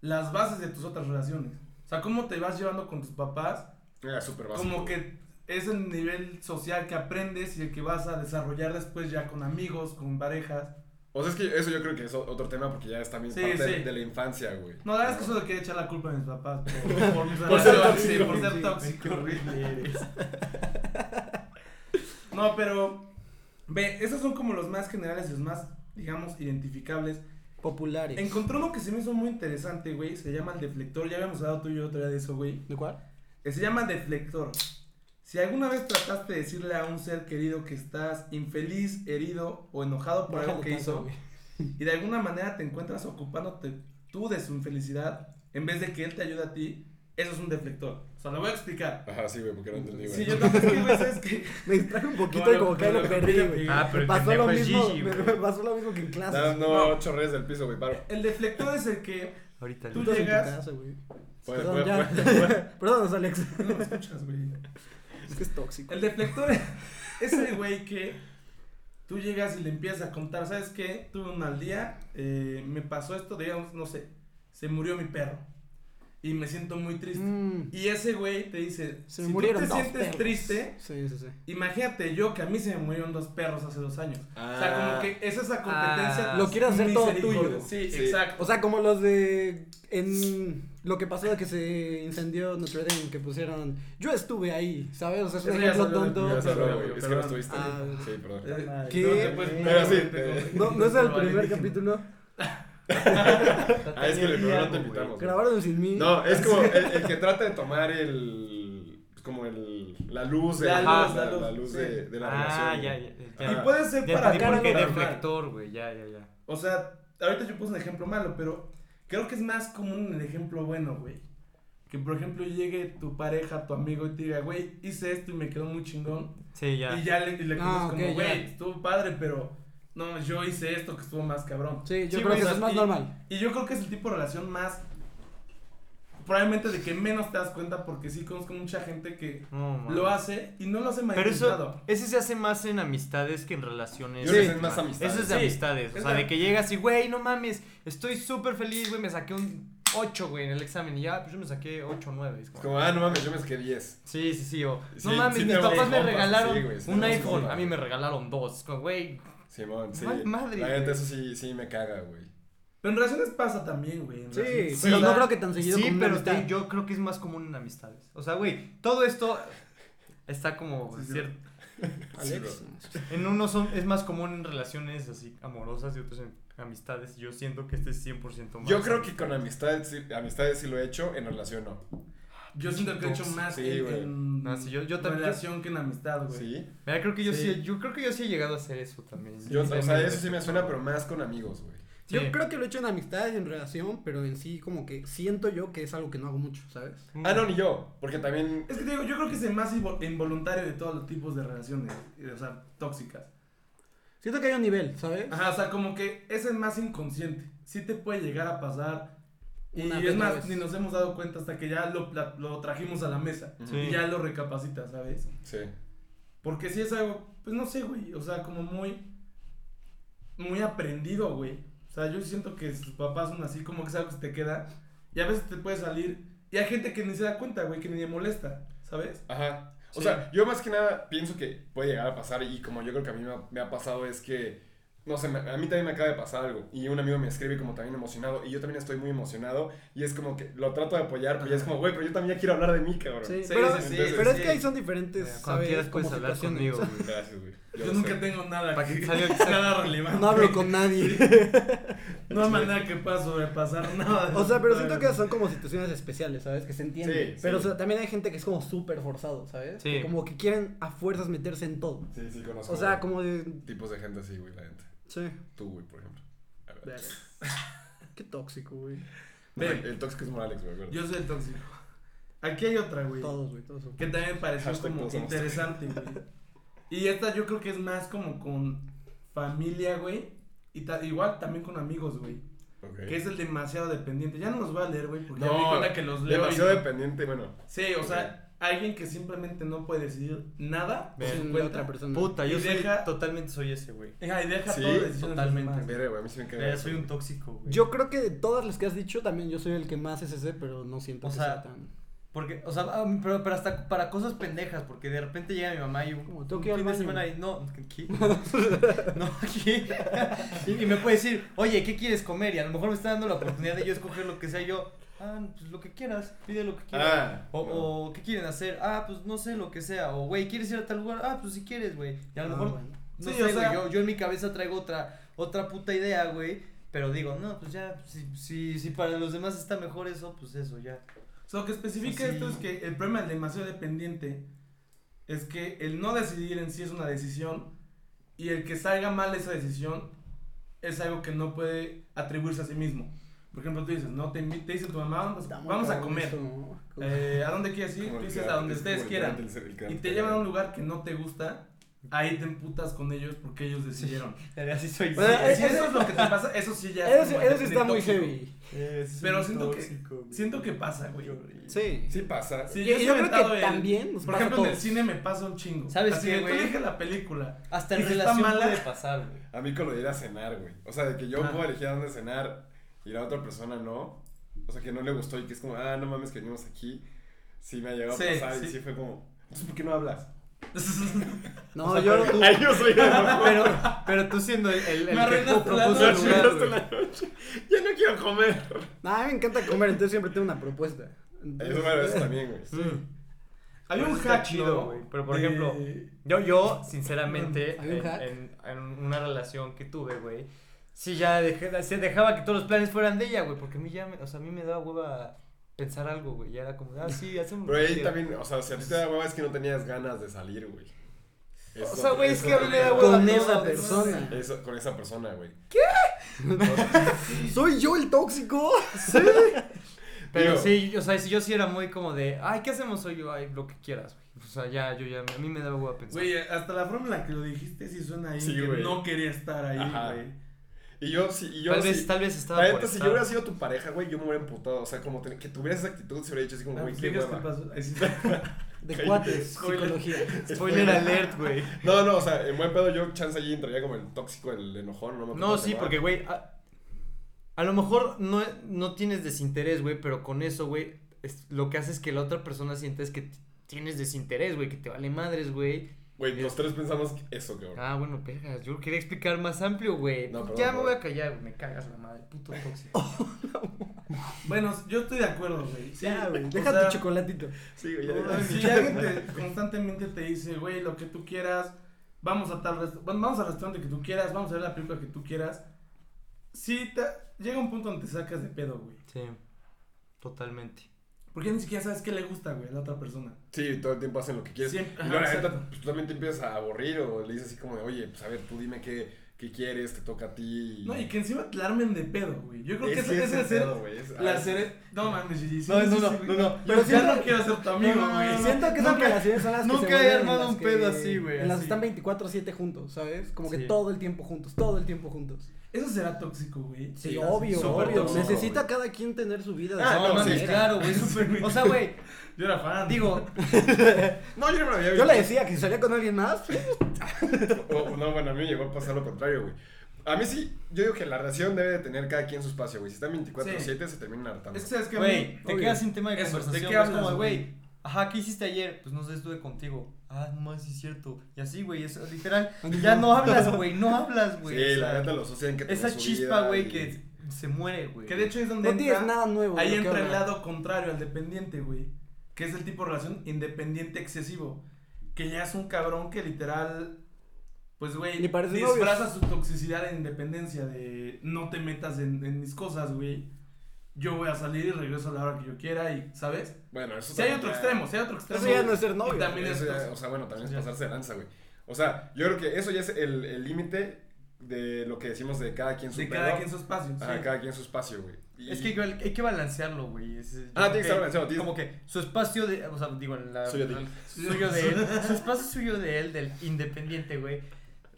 Speaker 1: las bases de tus otras relaciones. O sea, cómo te vas llevando con tus papás,
Speaker 2: Era súper básico.
Speaker 1: como que es el nivel social que aprendes y el que vas a desarrollar después ya con amigos, con parejas.
Speaker 2: O sea, es que eso yo creo que es o- otro tema porque ya es también
Speaker 1: Sí,
Speaker 2: parte de-
Speaker 1: sí.
Speaker 2: de la infancia, güey.
Speaker 1: No, la verdad es que eso le quería echar la culpa a mis papás por, por mis
Speaker 2: Por ser
Speaker 1: relaciones, sí,
Speaker 2: tóxico.
Speaker 1: por ser
Speaker 2: Sí,
Speaker 1: tóxico.
Speaker 5: Qué horrible eres.
Speaker 1: No, pero. Ve, esos son como los más generales y los más, digamos, identificables.
Speaker 3: Populares.
Speaker 1: Encontré uno que se me hizo muy interesante, güey. Se llama el deflector. Ya habíamos hablado tú y yo otro día de eso, güey.
Speaker 3: ¿De cuál?
Speaker 1: Que se llama deflector. Si alguna vez trataste de decirle a un ser querido que estás infeliz, herido o enojado por algo
Speaker 3: Bájale
Speaker 1: que
Speaker 3: tanto,
Speaker 1: hizo
Speaker 3: güey.
Speaker 1: y de alguna manera te encuentras ocupándote tú de su infelicidad en vez de que él te ayude a ti, eso es un deflector. O sea, lo voy a explicar.
Speaker 2: Ajá, sí, güey, porque no entendí, güey.
Speaker 1: Sí, yo también, es que, güey, ¿sabes qué?
Speaker 3: Me distraje un poquito
Speaker 1: Como
Speaker 3: y como
Speaker 1: lo-
Speaker 3: que ahí
Speaker 1: como
Speaker 3: lo
Speaker 1: lo-
Speaker 3: perdí, güey.
Speaker 5: Ah, pero
Speaker 3: Me
Speaker 5: el
Speaker 3: pasó lo
Speaker 5: pendejo es
Speaker 3: mismo,
Speaker 5: Gigi,
Speaker 3: me,
Speaker 5: güey.
Speaker 3: me pasó lo mismo que en clases.
Speaker 2: No, no,
Speaker 1: No.
Speaker 2: ocho redes del piso, güey, paro.
Speaker 1: El deflector es el que
Speaker 5: Ahorita
Speaker 1: Tú
Speaker 5: le-
Speaker 3: Estás en tu
Speaker 1: llegas-
Speaker 3: casa, güey.
Speaker 2: Puede-
Speaker 3: Perdón,
Speaker 2: puede-
Speaker 3: ya. Perdón, Alex.
Speaker 1: No me escuchas, güey.
Speaker 3: Es que es tóxico.
Speaker 1: El deflector es- es el güey que tú llegas y le empiezas a contar, ¿sabes qué? Tuve un mal día, eh, me pasó esto, digamos, no sé, se murió mi perro y me siento muy triste.
Speaker 3: Mm,
Speaker 1: Y ese güey te dice,
Speaker 3: se
Speaker 1: si
Speaker 3: me murieron
Speaker 1: tú te
Speaker 3: dos
Speaker 1: sientes
Speaker 3: perros.
Speaker 1: triste,
Speaker 3: Sí, sí, sí.
Speaker 1: imagínate yo que a mí se me murieron dos perros hace dos años. O sea, como
Speaker 2: Ah.
Speaker 1: que es esa competencia.
Speaker 5: Ah. Lo
Speaker 3: quieres hacer todo
Speaker 1: misericordia.
Speaker 3: tuyo.
Speaker 1: Sí,
Speaker 2: Sí.
Speaker 1: exacto.
Speaker 3: O sea, como los de. En lo que pasó de que se incendió Notre Dame, que pusieron. Yo estuve ahí, ¿sabes? O sea, es un
Speaker 1: Eso ya
Speaker 3: ejemplo
Speaker 1: salió de-
Speaker 3: tonto.
Speaker 2: Ah, Ya se habló,
Speaker 1: Perdón,
Speaker 2: güey, Es que no
Speaker 1: perdón.
Speaker 2: estuviste.
Speaker 3: Ah.
Speaker 2: Sí, perdón.
Speaker 1: Eh,
Speaker 3: ¿Qué?
Speaker 1: no te puedes poner
Speaker 2: Pero sí,
Speaker 1: con-
Speaker 2: eh,
Speaker 3: No, no es el
Speaker 1: con
Speaker 3: primer
Speaker 1: alienígenas.
Speaker 3: capítulo.
Speaker 2: Ah, es que le
Speaker 5: Tenía
Speaker 2: no
Speaker 5: algo,
Speaker 2: te invitamos. güey.
Speaker 3: Grabaron sin mí.
Speaker 2: No, es como el, el que trata de tomar el. pues, Como el. La luz, de
Speaker 1: La
Speaker 2: la,
Speaker 1: luz,
Speaker 2: la-
Speaker 1: la luz,
Speaker 2: la luz
Speaker 1: sí.
Speaker 2: de, de la
Speaker 5: Ah,
Speaker 2: relación.
Speaker 5: ya,
Speaker 2: güey.
Speaker 5: ya.
Speaker 2: Y
Speaker 5: ya.
Speaker 1: Y puede ser
Speaker 5: Ya
Speaker 1: para
Speaker 5: entendí por
Speaker 1: cada
Speaker 5: qué
Speaker 1: normal.
Speaker 5: deflector, güey. Ya, ya, ya.
Speaker 1: O sea, ahorita yo puse un ejemplo malo, pero creo que es más común el ejemplo bueno, güey. Que por ejemplo llegue tu pareja, tu amigo y te diga, güey, hice esto y me quedó muy chingón.
Speaker 5: Sí, ya.
Speaker 1: Y ya le, y le
Speaker 3: Ah,
Speaker 1: contestas
Speaker 3: ok,
Speaker 1: como, güey,
Speaker 3: ya.
Speaker 1: estuvo padre, pero no, yo hice esto que estuvo más cabrón.
Speaker 3: Sí, yo
Speaker 5: Sí,
Speaker 3: creo
Speaker 5: güey,
Speaker 3: que eso es más
Speaker 1: y-
Speaker 3: normal.
Speaker 1: Y yo creo que es el tipo de relación más. Probablemente de que menos te das cuenta, porque sí conozco mucha gente que
Speaker 5: No, man.
Speaker 1: lo hace y no lo hace
Speaker 5: Pero
Speaker 1: malintencionado.
Speaker 5: eso, ese se hace más en amistades que en relaciones.
Speaker 2: Yo creo que es más amistades.
Speaker 5: Eso es de
Speaker 1: Sí,
Speaker 5: amistades. O
Speaker 1: es
Speaker 5: sea,
Speaker 1: la-
Speaker 5: de que llegas y, güey, no mames, estoy súper feliz, güey, me saqué un 8, güey, en el examen. Y ya, pues yo me saqué 8 o 9.
Speaker 2: Es como, ah, no mames, yo me saqué 10.
Speaker 5: Sí, sí, sí. O,
Speaker 2: Sí,
Speaker 5: no mames,
Speaker 2: sí
Speaker 5: mis
Speaker 2: tenemos
Speaker 5: papás me
Speaker 2: compas,
Speaker 5: regalaron
Speaker 2: sí, güey, sí
Speaker 5: un
Speaker 2: tenemos
Speaker 5: iPhone.
Speaker 2: compas,
Speaker 5: A mí me
Speaker 2: güey.
Speaker 5: regalaron dos. Como, Güey,
Speaker 2: Simón, sí.
Speaker 5: Mal madre,
Speaker 2: La gente,
Speaker 5: güey.
Speaker 2: eso sí, sí me caga, güey.
Speaker 1: Pero en relaciones pasa también, güey. en
Speaker 3: Sí,
Speaker 1: relaciones.
Speaker 3: pero
Speaker 5: o
Speaker 3: no
Speaker 5: sea,
Speaker 3: creo que tan seguido
Speaker 5: Sí,
Speaker 3: como una
Speaker 5: pero
Speaker 3: amistad.
Speaker 5: te- yo creo que es más común en amistades. O sea, güey, todo esto está como
Speaker 1: Sí, sí.
Speaker 5: cierto.
Speaker 3: Alex.
Speaker 5: En unos son, es más común en relaciones así amorosas y otros en amistades. Yo siento que este es 100% más.
Speaker 2: Yo creo que con amistades, sí- amistades sí lo he hecho, en relación no.
Speaker 1: Yo siento que he hecho
Speaker 5: Sí,
Speaker 1: más
Speaker 2: sí,
Speaker 1: en,
Speaker 2: güey.
Speaker 1: en
Speaker 5: No, sí, yo- yo también-
Speaker 1: relación que en amistad, Ah, güey.
Speaker 2: Sí.
Speaker 5: Mira, creo que yo sí.
Speaker 1: Sí.
Speaker 5: yo creo que yo sí he llegado a hacer eso también.
Speaker 2: Yo, o
Speaker 5: Sí,
Speaker 2: sea,
Speaker 5: me-
Speaker 2: eso sí me suena, pero más con amigos, güey.
Speaker 3: Yo
Speaker 1: Sí.
Speaker 3: creo que lo he hecho en amistades, en relación, pero en sí como que siento yo que es algo que no hago mucho, ¿sabes?
Speaker 2: Ah, no, ni yo. Porque también.
Speaker 1: Es que te digo, yo creo que es el más invo- involuntario de todos los tipos de relaciones, eh, o sea, tóxicas.
Speaker 3: Siento que hay un nivel, ¿sabes?
Speaker 1: Ajá, o sea, como que es el más inconsciente. Sí te puede llegar a pasar. Y
Speaker 3: Una que
Speaker 1: es
Speaker 3: otra
Speaker 1: más,
Speaker 3: vez.
Speaker 1: ni nos hemos dado cuenta hasta que ya lo, pla- lo trajimos a la mesa.
Speaker 2: Ujú.
Speaker 4: Sí.
Speaker 1: Y ya lo recapacitas, ¿sabes?
Speaker 2: Sí.
Speaker 1: Porque si es algo, pues no sé, güey. O sea, como muy. Muy aprendido, güey. O sea, yo siento que sus papás son así, como que es algo que se te queda. Y a veces te puede salir. Y hay gente que ni se da cuenta, güey, que ni le molesta, ¿sabes?
Speaker 2: Ajá. O
Speaker 1: Sí.
Speaker 2: sea, yo más que nada pienso que puede llegar a pasar y como yo creo que a mí me ha, me ha pasado es que, no sé, me- a mí también me acaba de pasar algo y un amigo me escribe como también emocionado y yo también estoy muy emocionado y es como que lo trato de apoyar, pero ya es como, güey, pero yo también ya quiero hablar de mí, cabrón.
Speaker 3: Sí,
Speaker 1: Sí,
Speaker 3: pero,
Speaker 1: sí, sí,
Speaker 3: pero
Speaker 1: sí.
Speaker 3: es que ahí son diferentes,
Speaker 4: Cuando
Speaker 3: ¿sabes?
Speaker 4: quieras puedes
Speaker 3: Como
Speaker 4: hablar
Speaker 3: situaciones.
Speaker 4: conmigo, güey.
Speaker 2: Gracias, güey.
Speaker 1: Yo,
Speaker 2: lo
Speaker 1: nunca
Speaker 2: sé.
Speaker 1: tengo nada
Speaker 4: Para que
Speaker 1: que-
Speaker 4: salga que sea-
Speaker 1: nada relevante.
Speaker 3: No hablo con nadie.
Speaker 1: No hay manera que pueda sobrepasar nada.
Speaker 3: O sea, pero siento que son como situaciones especiales, ¿sabes? Que se entienden.
Speaker 2: Sí,
Speaker 3: pero
Speaker 2: sí.
Speaker 3: o sea, también hay gente que es como súper forzado, ¿sabes?
Speaker 4: Sí.
Speaker 3: Que como que quieren a fuerzas meterse en todo.
Speaker 2: Sí, sí, conozco.
Speaker 3: O sea,
Speaker 2: güey.
Speaker 3: como de...
Speaker 2: Tipos de gente así, güey, la gente.
Speaker 3: Sí.
Speaker 2: Tú, güey, por ejemplo. A ver.
Speaker 3: Verga. Qué tóxico, güey.
Speaker 2: No,
Speaker 1: Ve.
Speaker 2: el tóxico es Morales, güey, ¿verdad?
Speaker 1: Yo soy el tóxico. Aquí hay otra, güey.
Speaker 3: Todos, güey, todos. son-
Speaker 1: Que también me pareció
Speaker 2: Hashtag
Speaker 1: como
Speaker 2: todos somos
Speaker 1: interesante, güey. Y esta yo creo que es más como con familia, güey. Y ta- igual también con amigos, güey.
Speaker 2: Ok.
Speaker 1: Que es el demasiado dependiente. Ya no los voy a leer, güey, porque ya me di
Speaker 2: No,
Speaker 1: cuenta que los leo. y-
Speaker 2: demasiado dependiente, bueno.
Speaker 1: Sí, o sea, alguien que simplemente no puede decidir nada por
Speaker 4: Ver.
Speaker 1: su
Speaker 3: Sin
Speaker 1: cuenta.
Speaker 3: otra persona.
Speaker 4: Puta, yo
Speaker 1: Y
Speaker 4: soy-
Speaker 1: deja-
Speaker 4: totalmente soy ese, güey.
Speaker 1: pues, Ajá, y deja
Speaker 2: Sí,
Speaker 1: todo decisión
Speaker 4: totalmente,
Speaker 2: Verga, güey, a mí Eh, sí me cae.
Speaker 4: Soy un tóxico, güey.
Speaker 3: Yo creo que de todas las que has dicho, también yo soy el que más es ese, pero no siento
Speaker 5: O
Speaker 3: que
Speaker 5: sea,
Speaker 3: sea tan...
Speaker 5: Porque, o sea, ah, pero, pero hasta para cosas pendejas, porque de repente llega mi mamá y un,
Speaker 3: Como, tengo
Speaker 5: un
Speaker 3: que ir al
Speaker 5: fin de
Speaker 3: baño.
Speaker 5: semana y no, ¿qué? no, ¿qué? y, y me puede decir, oye, ¿qué quieres comer? Y a lo mejor me está dando la oportunidad de yo escoger lo que sea y yo, ah, pues lo que quieras, pide lo que quieras.
Speaker 2: Ah.
Speaker 5: O,
Speaker 2: no.
Speaker 5: o, ¿qué quieren hacer? Ah, pues no sé lo que sea. O, güey, ¿quieres ir a tal lugar? Ah, pues si quieres, güey. Y a lo
Speaker 3: Ah,
Speaker 5: mejor,
Speaker 3: bueno.
Speaker 5: no
Speaker 1: Sí,
Speaker 5: sé,
Speaker 1: o
Speaker 5: güey,
Speaker 1: sea-
Speaker 5: yo, yo en mi cabeza traigo otra, otra puta idea, güey. Pero digo, no, pues ya, si, si, si para los demás está mejor eso, pues eso, ya.
Speaker 1: O sea, lo que especifica
Speaker 5: Así.
Speaker 1: esto es que el problema del demasiado dependiente es que el no decidir en sí es una decisión y el que salga mal esa decisión es algo que no puede atribuirse a sí mismo. Por ejemplo, tú dices, no, te, invi- te dice tu mamá, vamos,
Speaker 3: Está muy
Speaker 1: vamos a
Speaker 3: cabrón
Speaker 1: comer.
Speaker 3: eso, ¿no? Como-
Speaker 1: Eh, ¿A dónde quieres ir?
Speaker 2: Como
Speaker 1: Tú
Speaker 2: el
Speaker 1: dices,
Speaker 2: que-
Speaker 1: a donde
Speaker 2: es como
Speaker 1: ustedes
Speaker 2: el
Speaker 1: quieran.
Speaker 2: quedarte- el
Speaker 1: Y
Speaker 2: quedarte
Speaker 1: te llevan a un lugar que no te gusta, ahí te emputas con ellos porque ellos decidieron.
Speaker 5: Así soy.
Speaker 3: Bueno,
Speaker 1: Si
Speaker 3: es-
Speaker 1: eso es lo que te pasa, eso sí ya
Speaker 3: Eso,
Speaker 1: es
Speaker 3: sí-
Speaker 1: como
Speaker 3: eso sí está
Speaker 1: de
Speaker 3: muy
Speaker 1: tóxico.
Speaker 3: heavy.
Speaker 1: Pero siento que, siento que pasa, güey.
Speaker 3: Sí.
Speaker 2: Sí pasa.
Speaker 1: Sí,
Speaker 3: Y-
Speaker 1: yo,
Speaker 3: y
Speaker 1: sí he
Speaker 3: yo creo
Speaker 1: aventado
Speaker 3: que
Speaker 1: el-
Speaker 3: también nos
Speaker 1: Por
Speaker 3: pasa a
Speaker 1: ejemplo, en el
Speaker 3: todos.
Speaker 1: cine me pasa un chingo.
Speaker 5: ¿Sabes
Speaker 1: Así
Speaker 5: qué,
Speaker 1: de,
Speaker 5: güey?
Speaker 1: Tú eliges la película.
Speaker 5: Hasta
Speaker 1: Y
Speaker 5: en
Speaker 1: si está
Speaker 5: relación
Speaker 1: mala-
Speaker 5: puede pasar, güey.
Speaker 2: A mí con lo de ir a cenar, güey. O sea, de que yo
Speaker 1: Ajá.
Speaker 2: puedo elegir a dónde cenar y la otra persona no. O sea, que no le gustó y que es como, ah, no mames, que venimos aquí. Sí me ha llegado
Speaker 1: Sí,
Speaker 2: a pasar y
Speaker 1: sí.
Speaker 2: sí fue como, entonces, ¿por qué no hablas?
Speaker 3: No, yo...
Speaker 2: Ay, yo soy el loco.
Speaker 4: Pero, pero tú siendo el, el, el
Speaker 1: Me
Speaker 4: que
Speaker 1: arruinaste la
Speaker 4: propuso el
Speaker 1: noche.
Speaker 4: lugar,
Speaker 2: Hasta
Speaker 4: güey.
Speaker 2: la noche. Ya no quiero comer.
Speaker 3: Nah, a mí Ah, me encanta comer, entonces siempre tengo una propuesta.
Speaker 2: Eso, bueno, eso también, güey.
Speaker 4: Mm.
Speaker 1: Había
Speaker 4: Pero
Speaker 1: un
Speaker 4: está
Speaker 1: hack
Speaker 4: chido,
Speaker 1: ¿no? Eh,
Speaker 4: güey, pero por
Speaker 1: de-
Speaker 4: ejemplo, Yo, yo, sinceramente,
Speaker 3: ¿Hay un
Speaker 4: en,
Speaker 3: hack?
Speaker 4: en- en una relación que tuve, güey, sí ya dejé- se dejaba que todos los planes fueran de ella, güey, porque a mí ya, me- o sea, a mí me daba hueva pensar algo, güey, ya era como, ah, sí, hacemos...
Speaker 2: Pero ahí también, o sea, si a ti te da hueva es que no tenías ganas de salir, güey. Eso-
Speaker 4: O sea, güey, es
Speaker 2: eso-
Speaker 4: que a mí me da hueva
Speaker 3: Con
Speaker 4: todo,
Speaker 3: esa
Speaker 4: güey.
Speaker 3: persona.
Speaker 2: Eso, con esa persona, güey.
Speaker 3: ¿Soy yo el tóxico?
Speaker 4: Pero
Speaker 2: Digo-
Speaker 4: sí, o sea, si yo sí era muy como de, ay, ¿qué hacemos hoy? Yo, ay, lo que quieras, güey. O sea, ya, yo ya, a mí me daba hueva pensar.
Speaker 1: Güey, hasta la forma en la que lo dijiste sí suena ahí.
Speaker 2: Sí,
Speaker 1: que
Speaker 2: güey.
Speaker 1: no quería estar ahí,
Speaker 2: Ajá.
Speaker 1: güey.
Speaker 2: Y yo, sí, y yo
Speaker 4: tal
Speaker 2: sí-
Speaker 4: vez, tal vez estaba
Speaker 2: La
Speaker 4: por
Speaker 2: neta, si yo
Speaker 4: estar.
Speaker 2: hubiera sido tu pareja, güey, yo me hubiera emputado. O sea, como te- que tuvieras esa actitud, se hubiera dicho así como,
Speaker 1: Ah,
Speaker 2: Oh, güey,
Speaker 1: pues,
Speaker 2: qué
Speaker 1: ¿qué crees que
Speaker 2: hueva.
Speaker 1: pasó? Ahí sí.
Speaker 3: De
Speaker 2: Cállate.
Speaker 3: cuates,
Speaker 1: Spoiler.
Speaker 3: psicología.
Speaker 4: Spoiler alert, güey.
Speaker 2: No, no, o sea, en buen pedo yo, chance allí entraría como el tóxico, el enojón, no me acuerdo
Speaker 4: No,
Speaker 2: cómo se
Speaker 4: sí,
Speaker 2: llama.
Speaker 4: porque, güey, a, a lo mejor no, no tienes desinterés, güey, pero con eso, güey, es- lo que hace es que la otra persona sienta es que t- tienes desinterés, güey, que te vale madres, güey.
Speaker 1: eh,
Speaker 2: Güey, los tres pensamos que eso, cabrón.
Speaker 4: Ah, bueno, vergas, yo quería explicar más amplio, güey.
Speaker 2: No, perdón,
Speaker 4: ya me
Speaker 2: perdón.
Speaker 4: voy a callar, güey, me cagas la madre, puto tóxico.
Speaker 1: Bueno, yo estoy de acuerdo, güey. Sí,
Speaker 3: Ya, güey,
Speaker 1: o
Speaker 3: Deja
Speaker 1: sea,
Speaker 3: tu chocolatito.
Speaker 2: Sí, güey, ya.
Speaker 1: no, Si alguien te- constantemente te dice, güey, lo que tú quieras, vamos a tal rest- bueno, vamos al restaurante que tú quieras, vamos a ver la película que tú quieras. Sí, te- llega un punto donde te sacas de pedo, güey.
Speaker 4: Sí, totalmente.
Speaker 1: Porque ni siquiera sabes qué le gusta, güey, a la otra persona.
Speaker 2: Sí, todo el tiempo hacen lo que quieres.
Speaker 1: Siempre-
Speaker 2: y luego,
Speaker 1: ajá,
Speaker 2: la neta,
Speaker 1: exacto.
Speaker 2: pues, tú también te empiezas a aburrir o le dices así como, de, oye, pues a ver, tú dime qué, que quieres, te toca a ti.
Speaker 1: No, y que encima te la armen de pedo, güey. Yo creo que
Speaker 2: Ese
Speaker 1: ese es
Speaker 2: el
Speaker 1: hacer
Speaker 2: pedo, güey, es-
Speaker 1: la
Speaker 2: ah,
Speaker 1: cere... No mames, Gigi. sí,
Speaker 2: No,
Speaker 1: sí,
Speaker 2: no,
Speaker 1: sí,
Speaker 2: no,
Speaker 1: güey.
Speaker 2: no, no.
Speaker 1: Pero
Speaker 3: Pero
Speaker 1: ya
Speaker 3: siento-
Speaker 1: no quiero ser tu amigo,
Speaker 5: no, no,
Speaker 1: güey.
Speaker 5: no,
Speaker 3: Ah, Siento que esas
Speaker 5: Nunca-
Speaker 3: relaciones son las que
Speaker 5: nunca
Speaker 3: se
Speaker 5: he
Speaker 3: vuelven
Speaker 5: armado
Speaker 3: las
Speaker 5: un pedo así, güey,
Speaker 3: En las que
Speaker 5: así.
Speaker 3: están 24-7 juntos, ¿sabes? Como que
Speaker 4: Sí.
Speaker 3: todo el tiempo juntos, todo el tiempo juntos.
Speaker 1: Eso será tóxico, güey.
Speaker 3: Sí,
Speaker 4: Sí,
Speaker 3: obvio,
Speaker 2: súper
Speaker 3: obvio.
Speaker 2: tóxico,
Speaker 3: Necesita cada quien tener su vida. de
Speaker 2: Ah,
Speaker 3: cierta
Speaker 2: no, sí,
Speaker 5: mames,
Speaker 3: manera.
Speaker 5: claro, güey. súper- O sea, güey,
Speaker 1: Yo era fan.
Speaker 5: digo,
Speaker 2: No, yo no me lo había visto.
Speaker 3: Yo le decía que si salía con alguien más,
Speaker 2: O- o no, bueno, a mí me llegó a pasar lo contrario, güey. A mí sí, yo digo que la relación debe de tener cada quien su espacio, güey. Si están 24-7, se terminan hartando.
Speaker 1: Es que sabes que a mí-
Speaker 5: güey, te
Speaker 3: obvio.
Speaker 5: quedas sin tema de
Speaker 1: Eso, ¿de
Speaker 5: conversación.
Speaker 1: qué
Speaker 5: güey, es
Speaker 1: hablas,
Speaker 5: como,
Speaker 1: güey?
Speaker 5: güey, ajá, ¿qué hiciste ayer? Pues no sé, estuve contigo. Ah, no más, sí es cierto. Y así, güey, es literal. Ya no hablas, güey, no hablas, güey.
Speaker 2: sí,
Speaker 5: o
Speaker 2: la
Speaker 5: sea,
Speaker 2: neta lo asocian que tenga
Speaker 5: Esa
Speaker 2: su
Speaker 5: chispa,
Speaker 2: vida
Speaker 5: güey,
Speaker 2: y-
Speaker 5: que se muere, güey.
Speaker 1: Que de hecho es donde
Speaker 3: no tienes
Speaker 1: entra-
Speaker 3: nada nuevo.
Speaker 1: Ahí
Speaker 3: de lo que
Speaker 1: entra el
Speaker 3: hablar.
Speaker 1: lado contrario al dependiente, güey. Que es el tipo de relación independiente excesivo. Que ya es un cabrón que literal. Pues, güey,
Speaker 3: Ni parecen
Speaker 1: disfraza su toxicidad en independencia de no te metas en, en mis cosas, güey. Yo voy a salir y regreso a la hora que yo quiera y, ¿sabes?
Speaker 2: Bueno, eso
Speaker 1: Si hay
Speaker 2: también
Speaker 1: otro
Speaker 2: ya-
Speaker 1: extremo, si hay otro extremo.
Speaker 3: Eso ya
Speaker 1: güey.
Speaker 3: no es ser
Speaker 1: Y
Speaker 3: novio.
Speaker 1: también es pues,
Speaker 2: Eso ya-
Speaker 1: tóxico.
Speaker 2: o sea, bueno, también es pasarse de lanza, güey. O sea, yo creo que eso ya es el el límite de lo que decimos de cada quien su
Speaker 1: de
Speaker 2: pedo.
Speaker 1: cada quien su espacio.
Speaker 2: Ajá,
Speaker 5: Ah,
Speaker 1: sí.
Speaker 2: cada quien su espacio, güey. Y-
Speaker 5: Es que igual hay que balancearlo, güey. es- yo
Speaker 2: Ah, tiene
Speaker 5: creo
Speaker 2: que estar balanceado, tienes-
Speaker 5: Como que su espacio de. O sea, digo, en la.
Speaker 2: Suyo de él.
Speaker 5: suyo de él. Su espacio suyo de él, del independiente, güey.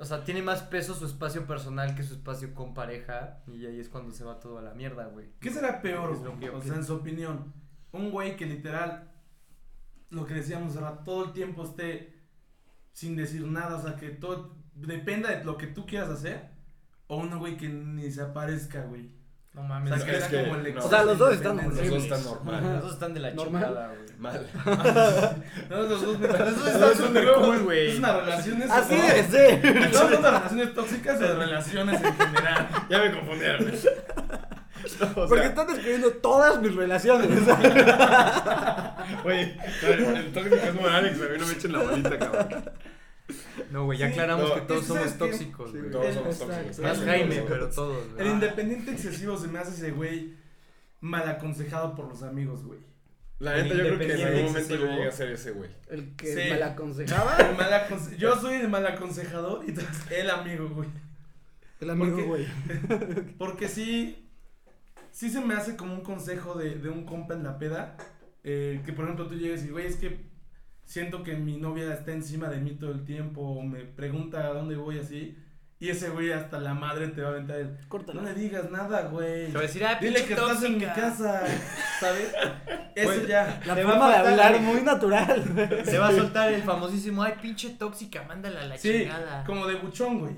Speaker 5: O sea, tiene más peso su espacio personal que su espacio con pareja. Y ahí es cuando se va todo a la mierda, güey.
Speaker 1: ¿Qué será peor,
Speaker 5: Es lo
Speaker 1: güey?
Speaker 5: que yo
Speaker 1: O sea,
Speaker 5: pienso.
Speaker 1: en su opinión, un güey que literal, lo que decíamos ahora, todo el tiempo esté sin decir nada, o sea, que todo dependa de lo que tú quieras hacer, o un güey que ni se aparezca, güey.
Speaker 5: No
Speaker 1: O
Speaker 5: mames.
Speaker 1: sea,
Speaker 2: Es
Speaker 1: que
Speaker 2: que-
Speaker 1: sea
Speaker 2: que-
Speaker 1: como el
Speaker 2: no.
Speaker 1: exceso
Speaker 2: O sea,
Speaker 3: los
Speaker 1: de
Speaker 3: dos están
Speaker 1: independencia.
Speaker 2: Los dos
Speaker 5: horribles.
Speaker 2: están
Speaker 5: Los
Speaker 2: normal.
Speaker 5: dos están de la
Speaker 3: Normal.
Speaker 5: chingada, güey.
Speaker 2: Mal.
Speaker 1: No, los dos me parece-
Speaker 5: dos están súper cool, güey.
Speaker 1: Es una relación es-
Speaker 3: Así
Speaker 1: no,
Speaker 3: debe ser.
Speaker 1: No son de relaciones tóxicas o de relaciones en general.
Speaker 2: Ya me confundieron. No, o
Speaker 3: Porque
Speaker 2: sea,
Speaker 3: están describiendo todas mis relaciones.
Speaker 2: Oye, el tóxico es como Alex, güey, no me echen la bolita, cabrón.
Speaker 4: No, güey, ya
Speaker 1: Sí,
Speaker 4: aclaramos
Speaker 2: no,
Speaker 4: que todos
Speaker 1: es que ¿sabes
Speaker 4: somos
Speaker 1: qué?
Speaker 4: tóxicos, güey.
Speaker 2: Todos somos
Speaker 3: Exacto.
Speaker 2: tóxicos.
Speaker 4: Más
Speaker 1: Sí,
Speaker 4: Jaime,
Speaker 1: todos somos
Speaker 4: pero todos,
Speaker 1: El
Speaker 5: Ah.
Speaker 4: güey.
Speaker 1: independiente excesivo se me hace ese güey mal aconsejado por los amigos, güey.
Speaker 2: La neta, yo creo que en algún momento yo
Speaker 1: Excesivo.
Speaker 2: llegué a ser ese, güey.
Speaker 3: El que
Speaker 1: Sí.
Speaker 3: me la aconsejaba.
Speaker 1: El mal aconse- Yo soy el mal aconsejador y tú eres el amigo, güey.
Speaker 3: El amigo,
Speaker 1: Porque-
Speaker 3: güey.
Speaker 1: Porque sí, sí se me hace como un consejo de, de un compa en la peda. eh, que por ejemplo tú llegues y, güey, es que siento que mi novia está encima de mí todo el tiempo, o me pregunta a dónde voy así. Y ese güey hasta la madre te va a aventar el. No
Speaker 3: Córtala.
Speaker 1: le digas nada, güey.
Speaker 4: Te va a decir, ah,
Speaker 1: Dile
Speaker 4: pinche
Speaker 1: que estás en mi
Speaker 4: tóxica.
Speaker 1: casa, ¿sabes? Eso ya.
Speaker 3: La
Speaker 4: Te va a
Speaker 3: forma de
Speaker 4: faltar,
Speaker 3: hablar
Speaker 4: güey.
Speaker 3: muy natural.
Speaker 4: Se va a soltar el famosísimo, ay, pinche tóxica, mándala a la
Speaker 1: Sí,
Speaker 4: chingada.
Speaker 1: como de buchón, güey.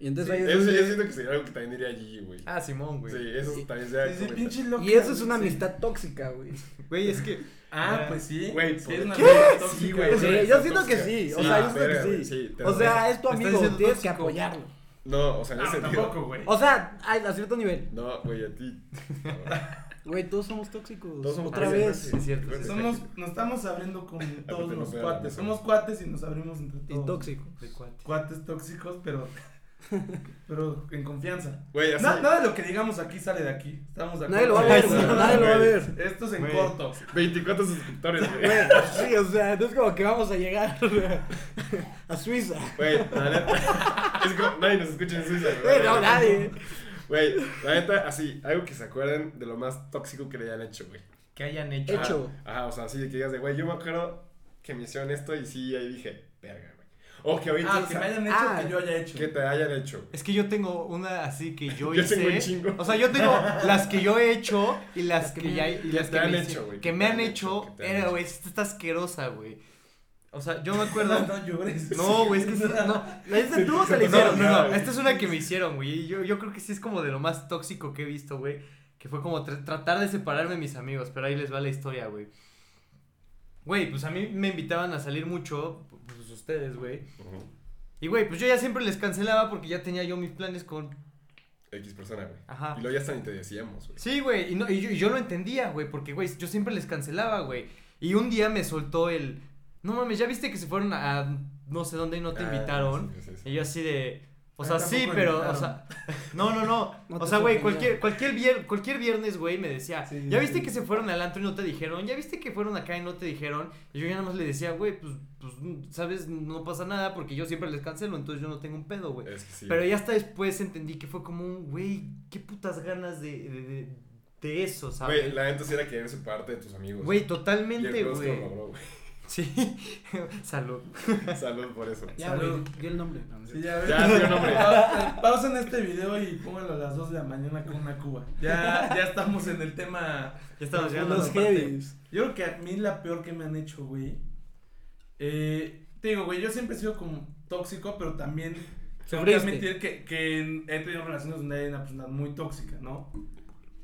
Speaker 3: Y entonces ahí es
Speaker 2: Eso
Speaker 3: donde-
Speaker 2: yo siento que sería algo que también diría Gigi, güey.
Speaker 4: Ah, Simón, güey.
Speaker 2: Sí, eso también
Speaker 1: Sí,
Speaker 2: sería.
Speaker 1: sí,
Speaker 2: comentario.
Speaker 1: pinche loca,
Speaker 3: Y eso es
Speaker 1: güey,
Speaker 3: una
Speaker 1: sí.
Speaker 3: amistad tóxica, güey.
Speaker 5: Güey, es que.
Speaker 1: Ah,
Speaker 5: Ah,
Speaker 1: pues sí.
Speaker 2: güey,
Speaker 1: sí,
Speaker 2: ¿por
Speaker 1: es una
Speaker 2: qué?
Speaker 1: amistad
Speaker 2: Sí,
Speaker 1: tóxica,
Speaker 2: güey,
Speaker 1: güey.
Speaker 2: sí,
Speaker 3: Sí,
Speaker 2: amistad
Speaker 3: yo siento que
Speaker 2: tóxica.
Speaker 3: sí. O
Speaker 2: Sí,
Speaker 3: sea, yo siento
Speaker 2: verga,
Speaker 3: que
Speaker 2: güey,
Speaker 3: sí.
Speaker 2: sí, te
Speaker 3: O sea,
Speaker 2: doy.
Speaker 3: es tu
Speaker 5: Estás
Speaker 3: amigo,
Speaker 5: diciendo
Speaker 3: tienes que
Speaker 5: tóxico.
Speaker 3: apoyarlo.
Speaker 2: No, o sea, en
Speaker 1: No,
Speaker 2: ese sentido.
Speaker 1: Ah, tampoco, güey.
Speaker 3: O sea, a a cierto nivel.
Speaker 2: No, güey, a ti.
Speaker 3: Güey, todos somos tóxicos.
Speaker 2: Todos somos
Speaker 3: Otra
Speaker 2: tóxicos,
Speaker 3: vez.
Speaker 2: sí.
Speaker 4: Es cierto. sí.
Speaker 1: Somos, nos estamos abriendo con todos
Speaker 2: te
Speaker 1: los
Speaker 2: lo pegan,
Speaker 1: cuates.
Speaker 2: eso.
Speaker 1: Somos cuates y nos abrimos entre todos.
Speaker 3: Y tóxicos.
Speaker 4: De cuate.
Speaker 1: Cuates tóxicos, pero, pero en confianza.
Speaker 2: Güey, así.
Speaker 1: Na- nada de lo que digamos aquí sale de aquí. Estamos de
Speaker 3: Nadie lo
Speaker 1: acuerdo.
Speaker 3: va a ver,
Speaker 2: Sí,
Speaker 3: güey.
Speaker 2: sí,
Speaker 3: Nadie lo va a
Speaker 2: güey.
Speaker 3: ver.
Speaker 1: Esto es en
Speaker 4: Güey.
Speaker 1: corto.
Speaker 2: 24 suscriptores, güey.
Speaker 3: Güey, sí, o sea, no es como que vamos a llegar a Suiza.
Speaker 2: Güey, la neta. Es como, nadie nos escucha en Suiza,
Speaker 3: Güey, no, nadie.
Speaker 2: Güey, la neta, así, algo que se acuerden de lo más tóxico que le hayan hecho, güey.
Speaker 5: Que hayan hecho.
Speaker 2: Ajá,
Speaker 3: Hecho.
Speaker 2: Ajá, o sea, así de que digas de, güey, yo me acuerdo que me hicieron esto y sí, ahí dije, verga, güey. O que ahorita.
Speaker 1: Ah, que me hayan hecho
Speaker 3: Ah.
Speaker 1: que yo haya hecho.
Speaker 2: que te hayan hecho.
Speaker 4: Es que yo tengo una así que yo,
Speaker 2: Yo
Speaker 4: hice.
Speaker 2: tengo un chingo.
Speaker 4: O sea, yo tengo las que yo he hecho y las que ya y
Speaker 2: que
Speaker 4: las que
Speaker 2: te han
Speaker 4: me
Speaker 2: hecho,
Speaker 4: hice- Que
Speaker 2: güey, que
Speaker 4: me
Speaker 2: te
Speaker 4: han
Speaker 2: han
Speaker 4: hecho.
Speaker 2: hecho, que te han
Speaker 4: Era,
Speaker 2: hecho.
Speaker 4: güey, esta está asquerosa, güey. O sea, yo me acuerdo.
Speaker 1: no llores.
Speaker 4: No, güey, es que sí, no.
Speaker 3: ¿La hiciste tú o te la
Speaker 4: No, no,
Speaker 3: hicieron?
Speaker 4: no, Esta es una que me hicieron, güey. y Yo, yo creo que sí es como de lo más tóxico que he visto, güey. Que fue como tra- tratar de separarme de mis amigos. Pero ahí les va la historia, güey. Güey, pues a mí me invitaban a salir mucho. Pues ustedes, güey.
Speaker 2: Ujú.
Speaker 4: Y, güey, pues yo ya siempre les cancelaba porque ya tenía yo mis planes con.
Speaker 2: X persona, güey.
Speaker 4: Ajá.
Speaker 2: Y luego ya hasta ni te decíamos, güey.
Speaker 4: Sí, güey. Y, no, y yo, y yo lo entendía, güey. Porque, güey, yo siempre les cancelaba, güey. Y un día me soltó el. No mames, ya viste que se fueron a, a no sé dónde y no te
Speaker 2: Ah,
Speaker 4: invitaron.
Speaker 2: sí, sí, sí.
Speaker 4: Y yo así de. O sea,
Speaker 1: Ahí
Speaker 4: sí,
Speaker 1: tampoco
Speaker 4: pero, o
Speaker 1: invitaron.
Speaker 4: sea, no, no, no.
Speaker 3: No
Speaker 4: o
Speaker 3: te
Speaker 4: sea, güey,
Speaker 3: sorprendió.
Speaker 4: cualquier, cualquier, vier- cualquier viernes, güey, me decía,
Speaker 3: Sí,
Speaker 4: ¿ya
Speaker 3: sí,
Speaker 4: viste
Speaker 3: sí.
Speaker 4: que se fueron al antro y no te dijeron? ¿Ya viste que fueron acá y no te dijeron? Y yo ya nada más le decía, güey, pues, pues, sabes, no pasa nada porque yo siempre les cancelo, entonces yo no tengo un pedo, güey.
Speaker 2: Es que Eh, sí.
Speaker 4: Pero ya hasta después entendí que fue como un, güey, qué putas ganas de, de, de- de eso,
Speaker 2: Güey,
Speaker 4: ¿sabes?
Speaker 2: la neta sí era querer ser parte de tus amigos.
Speaker 4: Güey,
Speaker 2: Y el
Speaker 4: totalmente,
Speaker 2: pedo es que lo
Speaker 4: güey.
Speaker 2: logró, güey.
Speaker 4: Sí, salud.
Speaker 2: Salud por eso.
Speaker 3: Ya, güey,
Speaker 1: Salud.
Speaker 3: di- di el nombre. No, no es
Speaker 1: Sí,
Speaker 3: cierto.
Speaker 1: ya ves.
Speaker 2: Ya, sí, un hombre.
Speaker 1: Pa- Pausen este video y pónganlo a las 2 de la mañana con una cuba. Ya, ya estamos en el tema.
Speaker 4: Ya estamos
Speaker 1: Ya
Speaker 4: llegando a
Speaker 3: Los
Speaker 4: la parte-
Speaker 3: heavies.
Speaker 1: Yo creo que a mí la peor que me han hecho, güey. eh, te digo, güey, yo siempre he sido como tóxico, pero también tengo que
Speaker 3: Sufriste.
Speaker 1: admitir que, que en- he tenido relaciones donde hay una persona muy tóxica, ¿no?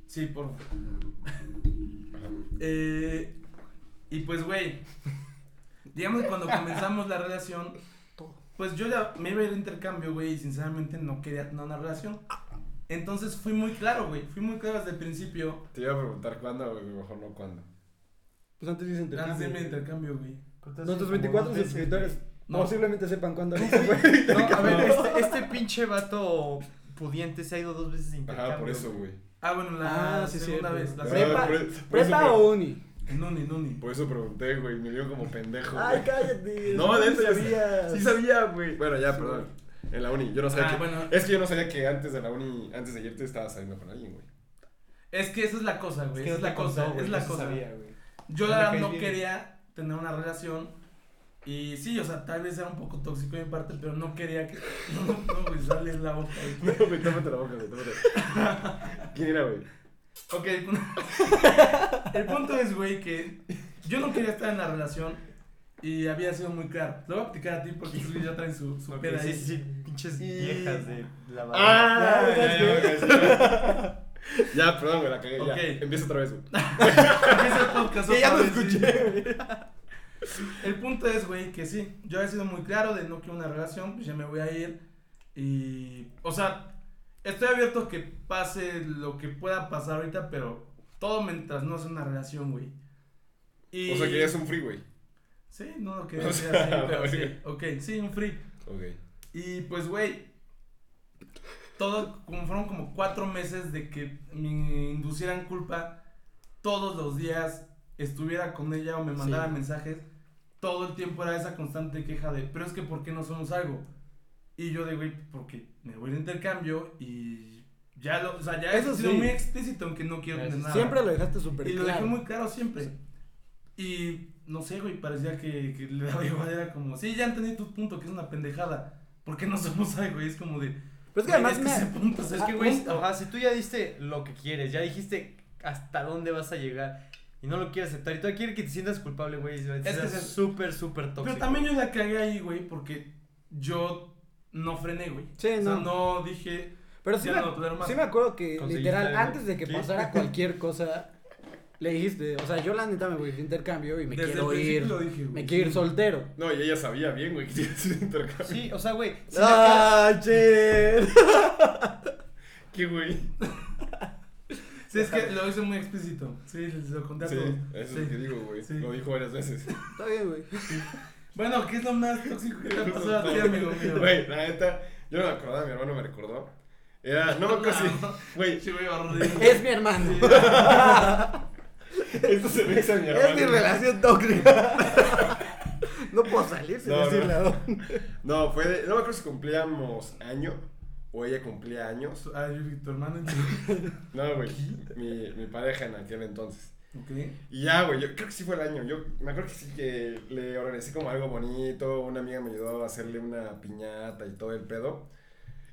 Speaker 1: Sí, por favor. Eh, y pues, güey, digamos que cuando comenzamos la relación, pues yo ya me iba a ir de intercambio, güey, y sinceramente no quería tener una relación. Entonces fui muy claro, güey, fui muy claro desde el principio.
Speaker 2: Te iba a preguntar cuándo, güey, mejor no cuándo.
Speaker 3: Pues antes dicen
Speaker 1: Antes de irme de intercambio, güey.
Speaker 3: Nuestros 24 suscriptores
Speaker 1: No.
Speaker 3: posiblemente sepan cuándo dice, güey.
Speaker 4: No, a ver, este, este pinche vato pudiente se ha ido dos veces de intercambio.
Speaker 2: Ajá, por eso, güey.
Speaker 1: Ah, bueno, la
Speaker 3: Ah, sí,
Speaker 1: segunda
Speaker 3: cierto.
Speaker 1: vez. La
Speaker 2: Ah,
Speaker 1: segunda
Speaker 3: Prepa-
Speaker 2: por eso- por eso
Speaker 3: ¿Prepa
Speaker 2: pre-
Speaker 3: o uni?
Speaker 1: Nuni, Nuni.
Speaker 2: Por eso pregunté, güey, me vio como pendejo.
Speaker 3: Ay,
Speaker 2: güey.
Speaker 3: cállate.
Speaker 2: No, de eso ya
Speaker 3: sabías.
Speaker 2: Sí sabía, güey. Bueno, ya, perdón. En la uni, yo no sabía
Speaker 1: Ah,
Speaker 2: que...
Speaker 1: bueno.
Speaker 2: Es que yo no sabía que antes de la uni, antes de ayer te estabas saliendo con alguien, güey.
Speaker 1: Es que esa es la cosa, güey. esa es la cosa, es la cosa. Yo
Speaker 4: Me
Speaker 1: la verdad
Speaker 4: caes
Speaker 1: no
Speaker 4: bien.
Speaker 1: quería tener una relación. Y sí, o sea, tal vez era un poco tóxico de mi parte, pero no quería que. No, no, güey, sale la boca. güey.
Speaker 2: No, güey, tómate la boca, güey, tómate. ¿Quién era, güey?
Speaker 1: Ok, el punto, el punto es, güey, que yo no quería estar en la relación y había sido muy claro. Lo voy a platicar a ti porque tú ya traen su, su peda ahí.
Speaker 4: sí, sí, pinches viejas de la
Speaker 2: Ah,
Speaker 3: ya,
Speaker 2: ya, ya, ya, ya. Ya, perdón, güey, la cagué.
Speaker 1: Ok.
Speaker 2: Ya. Empieza otra vez, güey.
Speaker 1: Empieza el podcast
Speaker 3: Ya, ya
Speaker 1: otra
Speaker 3: lo
Speaker 1: vez, sí.
Speaker 3: escuché.
Speaker 1: El punto es, güey, que sí. Yo he sido muy claro de no quiero una relación, pues ya me voy a ir. Y. O sea, estoy abierto a que pase lo que pueda pasar ahorita, pero todo mientras no sea una relación, güey. Y...
Speaker 2: O sea, que ya es un free, güey.
Speaker 1: Sí, no lo quería
Speaker 2: O
Speaker 1: decir
Speaker 2: sea,
Speaker 1: así, pero
Speaker 2: ok.
Speaker 1: sí. Ok, sí, un free.
Speaker 2: Ok.
Speaker 1: Y pues, güey. Todo, como fueron como cuatro meses de que me inducieran culpa todos los días, estuviera con ella o me mandara mensajes. Todo el tiempo era esa constante queja de, pero es que ¿por qué no somos algo? Y yo de, güey, porque me voy de intercambio y ya lo, o sea, ya
Speaker 3: Eso
Speaker 1: he sido
Speaker 3: sí.
Speaker 1: muy explícito aunque no quiero tener nada.
Speaker 3: Siempre lo dejaste súper
Speaker 1: Y lo
Speaker 3: claro.
Speaker 1: dejé muy claro siempre. Y no sé, güey, parecía que, que le daba igual, era como, sí, ya entendí tu punto, que es una pendejada. ¿Por qué no somos algo? Y es como de.
Speaker 3: Pero es que
Speaker 1: güey,
Speaker 3: además me-
Speaker 1: ese Ah, punto, o sea,
Speaker 4: pues Es que, güey,
Speaker 1: justo.
Speaker 4: ajá, si tú ya diste lo que quieres, ya dijiste hasta dónde vas a llegar y no lo quieres aceptar y todavía quieres que te sientas culpable, güey, es
Speaker 1: que
Speaker 4: que
Speaker 1: es-
Speaker 4: súper, súper tóxico.
Speaker 1: Pero también yo la cagué ahí, güey, porque yo no frené, güey.
Speaker 3: Sí,
Speaker 1: O sea,
Speaker 3: no.
Speaker 1: no dije.
Speaker 3: Pero sí
Speaker 1: Ya
Speaker 3: me,
Speaker 1: no lo tolero más.
Speaker 3: sí me acuerdo que
Speaker 4: Conseguiste
Speaker 3: literal,
Speaker 4: algo.
Speaker 3: antes de que
Speaker 4: ¿Qué?
Speaker 3: pasara cualquier cosa, le dijiste, o sea, yo la neta me voy de intercambio y me
Speaker 1: Desde
Speaker 3: quiero
Speaker 1: el
Speaker 3: ir.
Speaker 1: principio lo dije, güey.
Speaker 3: me quiero ir soltero.
Speaker 2: No, y ella sabía bien, güey, que te ibas a hacer intercambio.
Speaker 4: Sí, o sea, güey, si la cagas-
Speaker 3: ¡Ah, che!
Speaker 2: ¿Qué, güey?
Speaker 1: Sí, es que lo hice muy explícito. Sí, les lo conté a
Speaker 2: Sí,
Speaker 1: todos.
Speaker 2: eso es lo
Speaker 1: Sí.
Speaker 2: que digo, güey.
Speaker 1: Sí.
Speaker 2: Lo dijo varias veces.
Speaker 3: Está bien, güey.
Speaker 1: Bueno, ¿qué es lo más tóxico que te ha pasado a ti, amigo mío?
Speaker 2: Güey, la neta, yo no me acordaba, mi hermano me recordó. Era, no me acuerdo si. Güey,
Speaker 1: Sí, güey, barrudito.
Speaker 3: Es mi hermano.
Speaker 2: esto se me dice a mi hermano.
Speaker 3: es mi relación tóxica. no puedo salir sin
Speaker 2: No, no.
Speaker 3: decirle a dónde.
Speaker 2: No, fue de, no me acuerdo si cumplíamos año o ella cumplía años.
Speaker 1: Ay, tu hermano.
Speaker 2: No, güey, mi, mi pareja en aquel entonces.
Speaker 1: Ok.
Speaker 2: Y ya, güey, yo creo que sí fue el año. Yo me acuerdo que sí que le organicé como algo bonito. Una amiga me ayudó a hacerle una piñata y todo el pedo.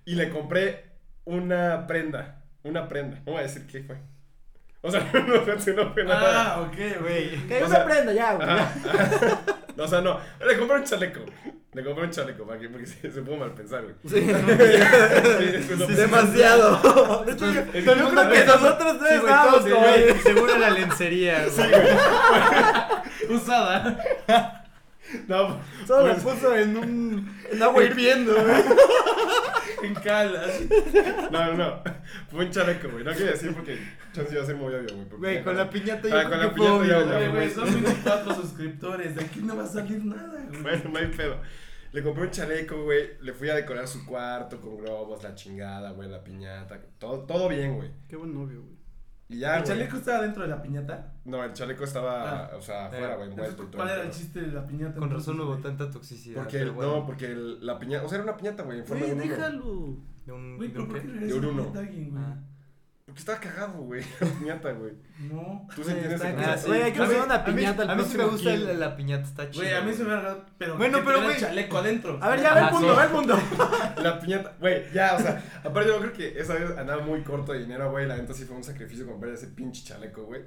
Speaker 2: Y le compré una prenda. Una prenda. No voy a decir qué fue. O sea, no, fue- no fue nada.
Speaker 1: Ah, ok, güey.
Speaker 3: Que yo
Speaker 2: O
Speaker 3: me
Speaker 2: sea,
Speaker 3: prenda ya, güey.
Speaker 2: Ajá. ajá. No, o sea, no. Le compré un chaleco. Le compré un chaleco para que, porque se, se pudo mal pensar, güey.
Speaker 3: Sí. pues,
Speaker 2: Sí, después lo-
Speaker 3: Demasiado. De hecho, yo,
Speaker 2: Entonces,
Speaker 3: yo creo que nosotros no
Speaker 4: Sí, güey,
Speaker 3: estábamos
Speaker 4: todos,
Speaker 3: como-
Speaker 4: güey, seguro la lencería, güey.
Speaker 1: Usada.
Speaker 2: No,
Speaker 3: Solo
Speaker 2: pues-
Speaker 3: lo puso en un. en agua hirviendo, güey.
Speaker 1: En calas.
Speaker 2: No, no, no. Fue un chaleco, güey. No quería decir porque chance iba a ser muy obvio, güey. porque-
Speaker 4: Güey, con la piñata yo
Speaker 2: Ah,
Speaker 4: creo
Speaker 2: con
Speaker 4: que
Speaker 2: la
Speaker 4: fue
Speaker 2: piñata ya,
Speaker 4: obvio,
Speaker 2: ya,
Speaker 1: Oye,
Speaker 4: güey.
Speaker 1: güey, son 24 suscriptores. De aquí no va a salir nada, güey.
Speaker 2: Bueno, no hay pedo. Le compré un chaleco, güey. Le fui a decorar su cuarto con globos, la chingada, güey, la piñata. Todo, todo bien, güey.
Speaker 3: Qué buen novio, güey.
Speaker 2: Y ya,
Speaker 1: ¿El
Speaker 2: güey.
Speaker 1: chaleco estaba dentro de la piñata?
Speaker 2: No, el chaleco estaba,
Speaker 1: Ah.
Speaker 2: o sea, afuera, güey,
Speaker 1: Entonces,
Speaker 2: envuelto y todo.
Speaker 1: ¿Cuál era el
Speaker 2: pedo.
Speaker 1: chiste de la piñata?
Speaker 4: Con razón no hubo
Speaker 1: entonces, güey?
Speaker 4: tanta toxicidad.
Speaker 2: Porque,
Speaker 4: pero
Speaker 2: el-
Speaker 4: bueno,
Speaker 2: no, porque el- la piñata, o sea, era una piñata, güey, en forma
Speaker 3: Güey,
Speaker 2: de uno.
Speaker 3: déjalo.
Speaker 4: ¿De un,
Speaker 1: Güey,
Speaker 4: de
Speaker 1: ¿pero
Speaker 4: un
Speaker 1: por qué
Speaker 4: qué?
Speaker 1: regresa
Speaker 2: De un
Speaker 1: la
Speaker 2: uno.
Speaker 1: piñata a alguien, güey?
Speaker 4: Ah.
Speaker 2: Porque estaba cagado, güey, la piñata, güey.
Speaker 1: No.
Speaker 2: Tú sí entiendes
Speaker 3: está
Speaker 2: el
Speaker 3: cagado.
Speaker 2: concepto.
Speaker 4: Ah, sí.
Speaker 3: Güey, hay que
Speaker 4: A mí-
Speaker 3: hacer una
Speaker 4: a mí-
Speaker 3: piñata el
Speaker 4: A mí sí me
Speaker 3: próximo
Speaker 4: gusta
Speaker 3: Kill.
Speaker 4: el- la piñata, está chida.
Speaker 1: Güey, a mí se me ha pero
Speaker 4: Bueno,
Speaker 1: que tuviera
Speaker 4: pero,
Speaker 1: el
Speaker 4: güey.
Speaker 1: chaleco adentro.
Speaker 3: A ver, ya ve el
Speaker 4: Ajá,
Speaker 3: punto,
Speaker 4: sí.
Speaker 3: ve el punto.
Speaker 2: La piñata, güey, ya, o sea, aparte yo creo que esa vez andaba muy corto de dinero, güey, la neta sí fue un sacrificio comprar ese pinche chaleco, güey.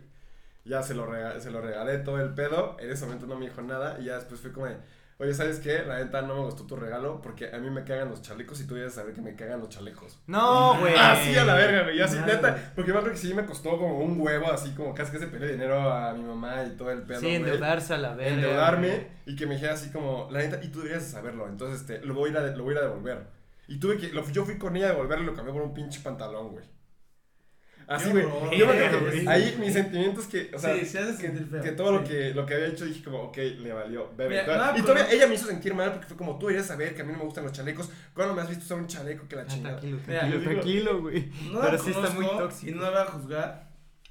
Speaker 2: Ya se lo, rega- se lo regalé todo el pedo, en ese momento no me dijo nada y ya después fue como de, oye, ¿sabes qué? La neta no me gustó tu regalo porque a mí me cagan los chalecos y tú debes saber que me cagan los chalecos.
Speaker 4: No, güey.
Speaker 2: Ah, sí, a la verga, güey, ya sí,
Speaker 1: Madre.
Speaker 2: neta, porque yo creo que sí me costó como un huevo, así como casi que se peleé dinero a mi mamá y todo el pedo,
Speaker 4: Sí,
Speaker 2: güey
Speaker 4: endeudarse a la verga.
Speaker 2: endeudarme
Speaker 4: güey.
Speaker 2: y que me dijera así como, la neta, y tú deberías de saberlo, entonces este, lo, voy a ir a, lo voy a ir a devolver. Y tuve que, lo, yo fui con ella a devolverlo y lo cambié por un pinche pantalón, güey. Así,
Speaker 1: Qué
Speaker 2: güey.
Speaker 1: horror,
Speaker 2: Yo me acuerdo
Speaker 1: güey.
Speaker 2: que ahí mis sentimientos que, o sea,
Speaker 1: Sí, se hace
Speaker 2: que,
Speaker 1: sentir feo,
Speaker 2: que todo lo,
Speaker 1: sí.
Speaker 2: que, lo que había hecho dije como, ok, le valió, bebé.
Speaker 1: Mira,
Speaker 2: Toda-
Speaker 1: nada,
Speaker 2: y
Speaker 1: pero-
Speaker 2: todavía ella me hizo sentir mal porque fue como, tú deberías saber que a mí no me gustan los chalecos. ¿Cuándo me has visto usar un chaleco que la
Speaker 4: Ah,
Speaker 2: chingada?
Speaker 4: Tranquilo,
Speaker 1: Mira,
Speaker 4: tranquilo,
Speaker 2: yo digo-
Speaker 4: tranquilo, güey.
Speaker 1: No
Speaker 4: Pero
Speaker 1: la
Speaker 4: sí está muy
Speaker 1: conozco
Speaker 4: tóxico.
Speaker 1: Y no la voy a juzgar,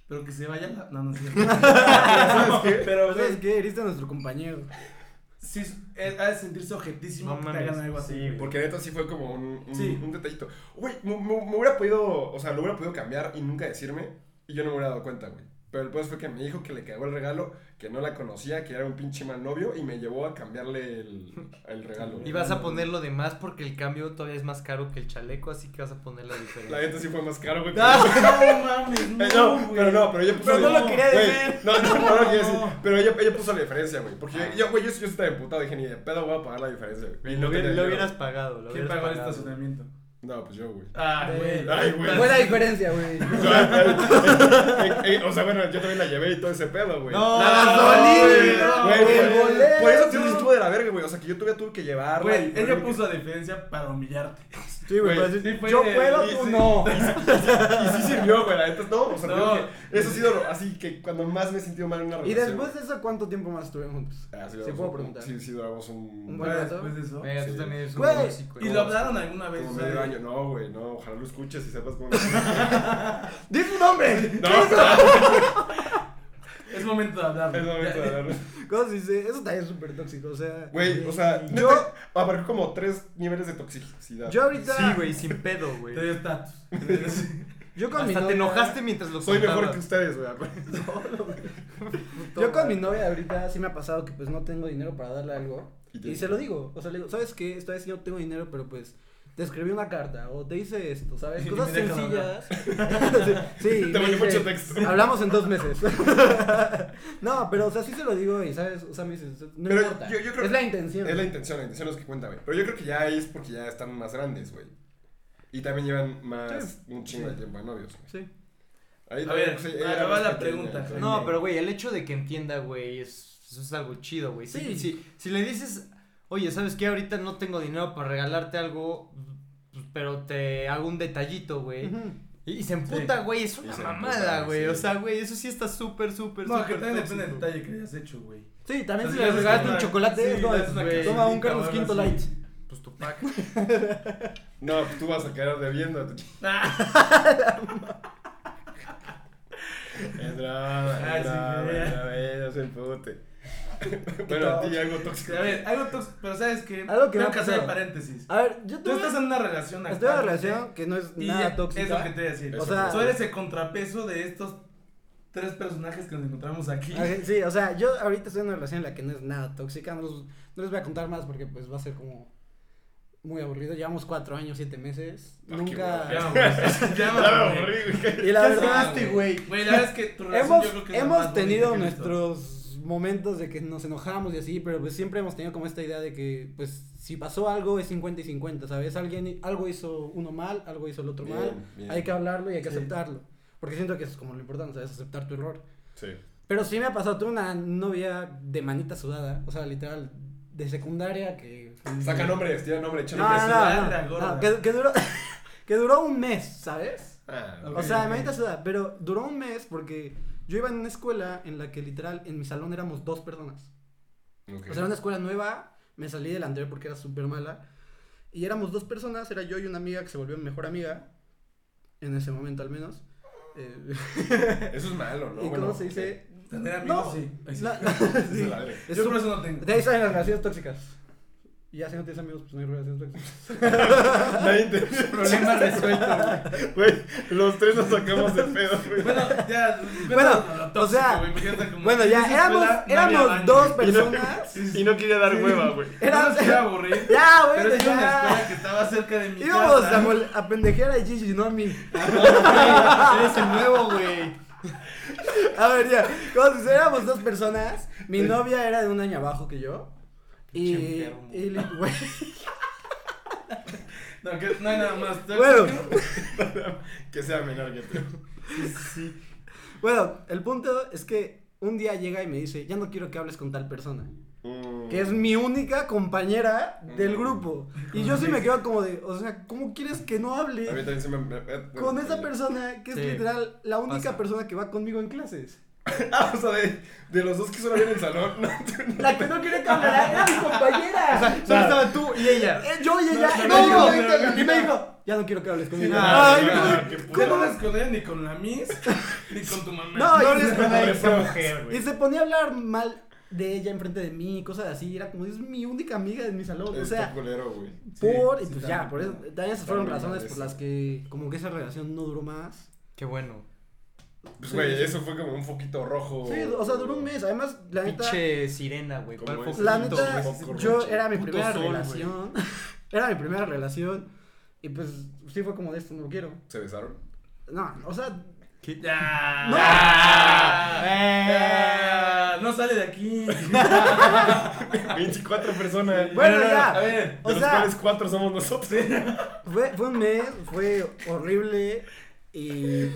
Speaker 1: pero que se vaya la... No, no es cierto.
Speaker 2: ¿Sabes qué?
Speaker 1: Pero, güey,
Speaker 3: ¿Sabes qué? Heriste a nuestro compañero.
Speaker 1: sí, es- ha de sentirse objetísimo
Speaker 4: No
Speaker 1: que te
Speaker 4: mames,
Speaker 1: hagan algo así,
Speaker 4: sí,
Speaker 1: güey.
Speaker 2: Porque neta sí fue como un, un,
Speaker 1: Sí.
Speaker 2: un detallito. Güey, me, me- me hubiera podido, o sea, lo hubiera podido cambiar y nunca decirme, y yo no me hubiera dado cuenta, güey. Pero el pedo fue que me dijo que le cagó el regalo, que no la conocía, que era un pinche mal novio, y me llevó a cambiarle el, el regalo.
Speaker 4: Y vas a ponerlo de más porque el cambio todavía es más caro que el chaleco, así que vas a poner la
Speaker 2: La
Speaker 4: diferencia.
Speaker 2: neta sí fue más caro, güey.
Speaker 1: No mames,
Speaker 2: Eh,
Speaker 1: Ah, no,
Speaker 2: no,
Speaker 1: güey.
Speaker 2: pero no, pero ella puso
Speaker 3: Pero no
Speaker 2: la-
Speaker 3: lo quería
Speaker 2: güey,
Speaker 3: decir.
Speaker 2: No, no, no lo quería
Speaker 1: No.
Speaker 2: decir. Pero ella, ella puso la diferencia, güey. Porque yo- yo, güey, yo, yo, estaba emputado. Dije, ni de pedo voy a pagar la diferencia, güey. Y
Speaker 4: lo,
Speaker 2: no
Speaker 4: hubiera-
Speaker 2: tenía
Speaker 4: lo
Speaker 2: dinero.
Speaker 4: hubieras pagado, lo
Speaker 1: ¿Quién
Speaker 4: hubieras
Speaker 1: pagó el
Speaker 4: pagado.
Speaker 1: estacionamiento?
Speaker 2: No, pues yo, güey.
Speaker 1: Ah, güey.
Speaker 2: Ay, güey.
Speaker 3: Fue la diferencia, güey.
Speaker 2: Eh, eh, O sea, bueno, yo también la llevé y todo ese pedo, güey.
Speaker 4: No,
Speaker 1: La
Speaker 4: no,
Speaker 1: gasolina,
Speaker 4: güey, no,
Speaker 2: Güey,
Speaker 3: el
Speaker 2: por-
Speaker 3: boleto.
Speaker 2: Por eso te estuvo de la verga, güey. O sea, que yo todavía tuve que llevarla. y-
Speaker 1: Güey, ella puso la diferencia para humillarte.
Speaker 3: Sí, güey.
Speaker 2: güey,
Speaker 3: pues,
Speaker 2: pero
Speaker 1: sí fue
Speaker 3: yo
Speaker 1: de-
Speaker 3: puedo,
Speaker 2: sí,
Speaker 3: tú
Speaker 2: sí.
Speaker 3: no.
Speaker 2: Y sí sirvió, güey. La neta, no. O sea,
Speaker 1: No.
Speaker 2: digo que eso ha sido lo- así que cuando más me he sentido mal en una
Speaker 3: Y
Speaker 2: relación.
Speaker 3: después de eso, ¿cuánto tiempo más estuvieron juntos?
Speaker 2: Ah,
Speaker 3: ¿se
Speaker 2: sí, duramos
Speaker 3: puedo
Speaker 2: un-
Speaker 3: preguntar?
Speaker 2: Sí, sí, duramos un.
Speaker 1: Güey,
Speaker 3: Un buen- rato.
Speaker 1: Después de eso.
Speaker 4: Venga, tú
Speaker 2: Sí.
Speaker 4: también eres un
Speaker 3: Güey,
Speaker 4: tóxico,
Speaker 1: ¿Y
Speaker 4: güey.
Speaker 1: lo hablaron alguna vez?
Speaker 2: Como
Speaker 1: o sea,
Speaker 2: medio
Speaker 1: de-
Speaker 2: año. No, güey, no. Ojalá lo escuches y sepas cómo. no,
Speaker 3: ¡Di tu nombre!
Speaker 1: Es momento de hablar.
Speaker 2: ah, es
Speaker 1: güey.
Speaker 2: momento de hablar.
Speaker 3: ¿Cómo se dice? Eso también es súper tóxico, o sea.
Speaker 2: Güey, o sea,
Speaker 3: Yo-
Speaker 2: yo. Abarcó como tres niveles de toxicidad.
Speaker 3: Yo ahorita.
Speaker 4: Sí, güey, sin pedo, güey.
Speaker 1: Te dio estatus.
Speaker 3: Yo con mi
Speaker 4: Hasta te
Speaker 3: novia.
Speaker 4: enojaste mientras lo
Speaker 2: Soy mejor que
Speaker 4: contabas.
Speaker 2: ustedes, güey.
Speaker 3: Yo con mi novia ahorita sí me ha pasado que pues no tengo dinero para darle algo.
Speaker 2: Y
Speaker 3: Y,
Speaker 2: te-
Speaker 3: se lo digo. O sea, le digo, ¿sabes qué? Esta vez sí no tengo dinero, pero pues te escribí una carta o te hice esto, ¿sabes?
Speaker 1: Y
Speaker 3: Cosas
Speaker 1: me dejan
Speaker 3: sencillas.
Speaker 1: hablar.
Speaker 3: sí, sí,
Speaker 2: Te
Speaker 3: me
Speaker 2: mandé
Speaker 3: dice,
Speaker 2: mucho texto.
Speaker 3: Hablamos en dos meses. no, pero o sea, sí se lo digo y, ¿sabes? O sea, me dices, no
Speaker 2: Pero
Speaker 3: importa.
Speaker 2: yo- yo creo
Speaker 3: es la intención.
Speaker 2: Es la intención, la intención es lo que cuenta, güey. Pero yo creo que ya es porque ya están más grandes, güey. Y también llevan más un chingo de tiempo de novios. güey.
Speaker 3: Sí.
Speaker 2: Ahí
Speaker 1: A
Speaker 2: también,
Speaker 1: ver,
Speaker 2: pues,
Speaker 1: ahí
Speaker 2: ella era
Speaker 1: va
Speaker 2: más
Speaker 1: la
Speaker 2: pequeña,
Speaker 1: pregunta.
Speaker 2: entonces-
Speaker 4: No, pero güey, el hecho de que entienda, güey, es, eso es algo chido, güey. Si,
Speaker 3: Sí.
Speaker 4: si, si le dices, oye, ¿sabes qué? Ahorita no tengo dinero para regalarte algo, pues, pero te hago un detallito, güey.
Speaker 3: Ujú.
Speaker 4: Y, y se emputa, güey, es
Speaker 2: Y
Speaker 4: una
Speaker 2: se
Speaker 4: mamada,
Speaker 2: emputa,
Speaker 4: güey. O
Speaker 2: sí.
Speaker 4: sea, güey, eso sí está súper, súper,
Speaker 1: No, que
Speaker 4: súper
Speaker 1: también depende del
Speaker 4: tóxico.
Speaker 1: detalle que hayas hecho, güey.
Speaker 3: Sí, también
Speaker 1: O sea,
Speaker 3: si
Speaker 1: si
Speaker 3: le
Speaker 1: le
Speaker 3: regalaste un
Speaker 1: regalas-
Speaker 3: chocolate,
Speaker 1: sí,
Speaker 3: es
Speaker 1: le
Speaker 3: como,
Speaker 1: das una
Speaker 3: güey,
Speaker 1: cachetada,
Speaker 3: toma un Carlos
Speaker 1: cabrón,
Speaker 3: Quinto
Speaker 1: así.
Speaker 3: Light.
Speaker 4: Pues tu pack.
Speaker 2: No, pues tú vas a quedar debiendo. a tu- Es drama,
Speaker 1: Ay,
Speaker 2: es
Speaker 1: sí,
Speaker 2: drama,
Speaker 1: güey.
Speaker 2: es drama, eh, no se empute. Bueno, a ti algo tóxico.
Speaker 1: A ver, algo tóxico, pero ¿sabes qué?
Speaker 3: Algo que me
Speaker 1: Tengo
Speaker 3: ha
Speaker 1: que hacer
Speaker 3: pasado.
Speaker 1: paréntesis.
Speaker 3: A ver, yo
Speaker 1: Tú
Speaker 3: tuve-
Speaker 1: estás en una relación
Speaker 3: estoy en una
Speaker 1: actualmente,
Speaker 3: relación que no es
Speaker 1: y
Speaker 3: nada
Speaker 1: ya-
Speaker 3: tóxica.
Speaker 1: Es lo que te voy a decir.
Speaker 3: O
Speaker 2: Eso
Speaker 3: sea,
Speaker 1: Tú eres el contrapeso de estos tres personajes que nos encontramos aquí.
Speaker 3: Ah, Sí, o sea, yo ahorita estoy en una relación en la que no es nada tóxica, no, los- no les voy a contar más porque pues va a ser como muy aburrido, llevamos cuatro años, siete meses,
Speaker 2: Ah, qué
Speaker 3: nunca...
Speaker 1: Ya, güey. Ya,
Speaker 2: hueva. Ya me
Speaker 1: güey.
Speaker 2: aburrí, güey.
Speaker 3: Y la verdad,
Speaker 1: sonaste,
Speaker 3: güey,
Speaker 1: Güey, la verdad es que tu relación yo creo
Speaker 3: hemos,
Speaker 1: que es la más
Speaker 3: hemos
Speaker 1: bonita
Speaker 3: tenido
Speaker 1: que he visto.
Speaker 3: nuestros momentos de que nos enojamos y así, pero pues siempre hemos tenido como esta idea de que pues si pasó algo es 50 y 50, ¿sabes? Alguien, algo hizo uno mal, algo hizo el otro mal,
Speaker 2: Bien, bien.
Speaker 3: hay que hablarlo y hay que
Speaker 1: Sí.
Speaker 3: aceptarlo, porque siento que eso es como lo importante, ¿sabes? Aceptar tu error.
Speaker 2: Sí.
Speaker 3: Pero sí me ha pasado, tuve una novia de manita sudada, o sea, literal, de secundaria que...
Speaker 2: Saca nombres, tira nombre, echa
Speaker 3: No, no,
Speaker 2: nombres.
Speaker 3: no,
Speaker 1: sudada,
Speaker 3: no,
Speaker 1: gorda.
Speaker 3: no, que, que duró, que duró un mes, ¿sabes?
Speaker 2: Ah,
Speaker 1: Ok.
Speaker 3: O sea, de manita sudada, pero duró un mes porque yo iba en una escuela en la que literal, en mi salón éramos dos personas.
Speaker 2: ok.
Speaker 3: O sea, era una escuela nueva, Me salí del anterior porque era súper mala. Y éramos dos personas, era yo y una amiga que se volvió mi mejor amiga. En ese momento al menos. Eh,
Speaker 2: Eso es malo, ¿no?
Speaker 3: ¿Y cómo
Speaker 2: Bueno,
Speaker 3: se dice?
Speaker 1: Tener amigos,
Speaker 3: No.
Speaker 1: sí. Ahí sí.
Speaker 3: La-
Speaker 2: esa es
Speaker 3: sí.
Speaker 2: la verga.
Speaker 1: Yo
Speaker 3: Es un-
Speaker 1: por eso no tengo.
Speaker 3: De ahí salen las relaciones tóxicas. Y ya si no tienes amigos, pues no hay relaciones tóxicas.
Speaker 2: Nadie te-
Speaker 4: Problema resuelto.
Speaker 2: Güey, los tres nos sacamos de pedo, güey.
Speaker 1: Bueno, ya.
Speaker 3: Bueno,
Speaker 1: lo
Speaker 3: o sea,
Speaker 1: güey, imagínate como-
Speaker 3: Bueno,
Speaker 1: en
Speaker 3: ya
Speaker 1: esa
Speaker 3: éramos,
Speaker 1: escuela no había
Speaker 3: éramos
Speaker 1: baño.
Speaker 3: dos personas.
Speaker 2: Y no quería dar hueva, güey.
Speaker 1: No
Speaker 3: Éramos,
Speaker 1: nos quiero aburrir.
Speaker 3: ya,
Speaker 1: Pero
Speaker 3: güey,
Speaker 1: es una escuela
Speaker 3: ya.
Speaker 1: que estaba cerca de mi
Speaker 3: Íbamos
Speaker 1: casa.
Speaker 3: a, mol- a pendejear a Gigi, no a mí.
Speaker 4: Eres el nuevo, güey.
Speaker 3: A ver, ya. Como si éramos dos personas. Mi novia era de un año abajo que yo. Y.
Speaker 4: Pinche enfermo.
Speaker 3: y li- güey,
Speaker 1: No, que no hay nada más.
Speaker 3: bueno,
Speaker 2: Que sea menor que tú.
Speaker 3: bueno, el punto es que un día llega y me dice: Ya no quiero que hables con tal persona.
Speaker 2: Mm.
Speaker 3: que es mi única compañera del
Speaker 2: Mm.
Speaker 3: grupo. Y yo sí me quedo como de, o sea, ¿cómo quieres que no
Speaker 2: A mí
Speaker 3: hable
Speaker 2: también se me- me- me-
Speaker 3: con
Speaker 2: me-
Speaker 3: esa persona que es
Speaker 4: Sí.
Speaker 3: literal la única
Speaker 4: Pasa.
Speaker 3: persona que va conmigo en clases?
Speaker 2: Ah, o sea, de, de los dos que solo había en el salón. No,
Speaker 3: La que no quiere que hablara era mi compañera.
Speaker 4: Solo estaba tú y ella.
Speaker 3: Eh, Yo y ella,
Speaker 1: No,
Speaker 3: no,
Speaker 1: no,
Speaker 3: y
Speaker 1: no,
Speaker 3: me dijo-
Speaker 1: no,
Speaker 3: y me
Speaker 1: no.
Speaker 3: dijo, ya no quiero que hables conmigo.
Speaker 4: no,
Speaker 3: Ay,
Speaker 2: no,
Speaker 3: no,
Speaker 2: no, qué puto.
Speaker 1: ¿Cómo no les escondían ni con la Miss, ni con tu mamá?
Speaker 3: No, y-
Speaker 4: esa mujer,
Speaker 3: y se ponía a hablar mal de ella enfrente de mí, cosas así, era como, es mi única amiga de mi salón, o
Speaker 2: Es
Speaker 3: sea,
Speaker 2: este culero, güey.
Speaker 3: por, y
Speaker 1: sí,
Speaker 3: pues
Speaker 1: está
Speaker 3: ya,
Speaker 1: muy
Speaker 3: por eso,
Speaker 1: mal.
Speaker 3: también esas
Speaker 2: Está
Speaker 3: fueron
Speaker 2: muy mal
Speaker 3: razones por
Speaker 2: eso.
Speaker 3: las que, como que esa relación no duró más.
Speaker 4: Qué bueno.
Speaker 2: Pues, güey, eso fue como un foquito
Speaker 1: Oh,
Speaker 2: rojo.
Speaker 3: Sí, o sea, duró un mes. Además, la neta,
Speaker 4: Pinche sirena, güey.
Speaker 2: ¿Cómo
Speaker 4: ¿Cuál
Speaker 2: es?
Speaker 4: fue?
Speaker 3: la
Speaker 2: puto,
Speaker 3: neta,
Speaker 2: güey.
Speaker 3: yo era mi
Speaker 4: Puto
Speaker 3: primera
Speaker 4: sol, güey.
Speaker 3: relación. era mi primera relación. Y pues, sí fue como de esto, no lo quiero.
Speaker 2: ¿Se besaron?
Speaker 3: No, o sea,
Speaker 1: Ya.
Speaker 3: No.
Speaker 1: Ya. Ya. No sale de aquí.
Speaker 2: 24
Speaker 4: Eh,
Speaker 2: personas.
Speaker 3: Bueno,
Speaker 1: No, no, no,
Speaker 3: ya.
Speaker 1: A ver.
Speaker 3: o
Speaker 2: de
Speaker 3: sea-
Speaker 2: los cuales cuatro somos nosotros.
Speaker 3: fue, fue un mes, fue horrible. Y,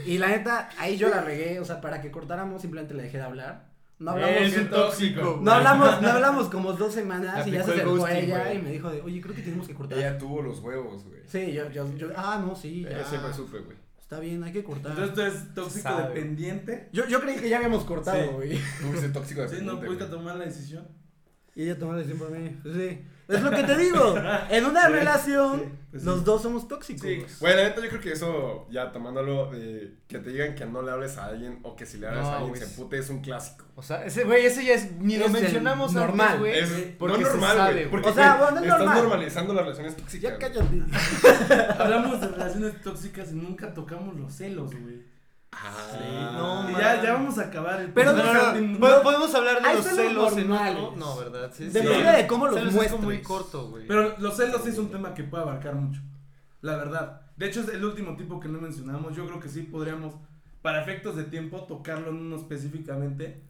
Speaker 3: y la neta, ahí yo la regué. O sea, para que cortáramos, simplemente le dejé de hablar. No hablamos,
Speaker 1: Es un tóxico.
Speaker 3: no hablamos, no hablamos como dos semanas. Y ya
Speaker 4: Aplicó el
Speaker 3: se acercó
Speaker 4: ghosting,
Speaker 3: ella
Speaker 4: güey.
Speaker 3: y me dijo de, oye, creo que tenemos que cortar.
Speaker 2: Ella tuvo los huevos, güey.
Speaker 3: Sí, yo, yo, yo, ah, no, sí,
Speaker 2: Ella
Speaker 3: ya.
Speaker 2: siempre supe, güey.
Speaker 3: Está bien, hay que cortar.
Speaker 1: Entonces tú eres tóxico
Speaker 4: Sabe.
Speaker 1: dependiente.
Speaker 3: Yo, yo creí que ya habíamos cortado,
Speaker 1: Sí.
Speaker 3: güey.
Speaker 2: Tú fuiste tóxico de
Speaker 1: Sí, no
Speaker 2: pendiente,
Speaker 1: pudiste
Speaker 2: güey.
Speaker 1: tomar la decisión.
Speaker 3: Y ella tomó la decisión por mí. Pues sí. Es lo que te digo. En una
Speaker 1: Sí,
Speaker 3: relación,
Speaker 1: sí, pues sí.
Speaker 3: los dos somos tóxicos.
Speaker 1: Sí.
Speaker 2: Güey, la neta, yo creo que eso, ya tomándolo, de que te digan que no le hables a alguien o que si le hablas
Speaker 4: No,
Speaker 2: a alguien
Speaker 4: güey.
Speaker 2: se pute es un clásico.
Speaker 4: O sea, ese, güey, ese ya es. Ni lo
Speaker 3: Es el
Speaker 4: mencionamos
Speaker 3: normal.
Speaker 4: normal, güey.
Speaker 2: Es
Speaker 4: porque
Speaker 2: no
Speaker 4: se
Speaker 2: normal,
Speaker 4: sabe,
Speaker 2: güey.
Speaker 4: güey.
Speaker 2: porque,
Speaker 3: O sea,
Speaker 2: güey,
Speaker 3: bueno, es
Speaker 2: estás
Speaker 3: normal.
Speaker 2: normalizando las relaciones tóxicas.
Speaker 3: Ya
Speaker 2: güey.
Speaker 3: cállate.
Speaker 1: Hablamos de relaciones tóxicas y nunca tocamos los celos, güey.
Speaker 2: Ah,
Speaker 4: no,
Speaker 1: Y
Speaker 4: man.
Speaker 1: Ya, ya vamos a acabar el
Speaker 3: Pero
Speaker 1: podcast.
Speaker 3: no, no,
Speaker 1: Sin-
Speaker 4: ¿Pod- Podemos hablar de
Speaker 3: Hay
Speaker 4: los
Speaker 3: celos
Speaker 4: celos en
Speaker 3: normales.
Speaker 4: otro? No, ¿verdad? Sí, sí.
Speaker 3: Depende
Speaker 2: No.
Speaker 3: de cómo los
Speaker 4: Celos es
Speaker 3: muestres.
Speaker 4: como muy corto, güey.
Speaker 1: Pero los celos sí es un tema que puede abarcar mucho. La verdad. De hecho, es el último tipo que no mencionamos. Yo creo que sí podríamos, para efectos de tiempo, tocarlo en uno específicamente.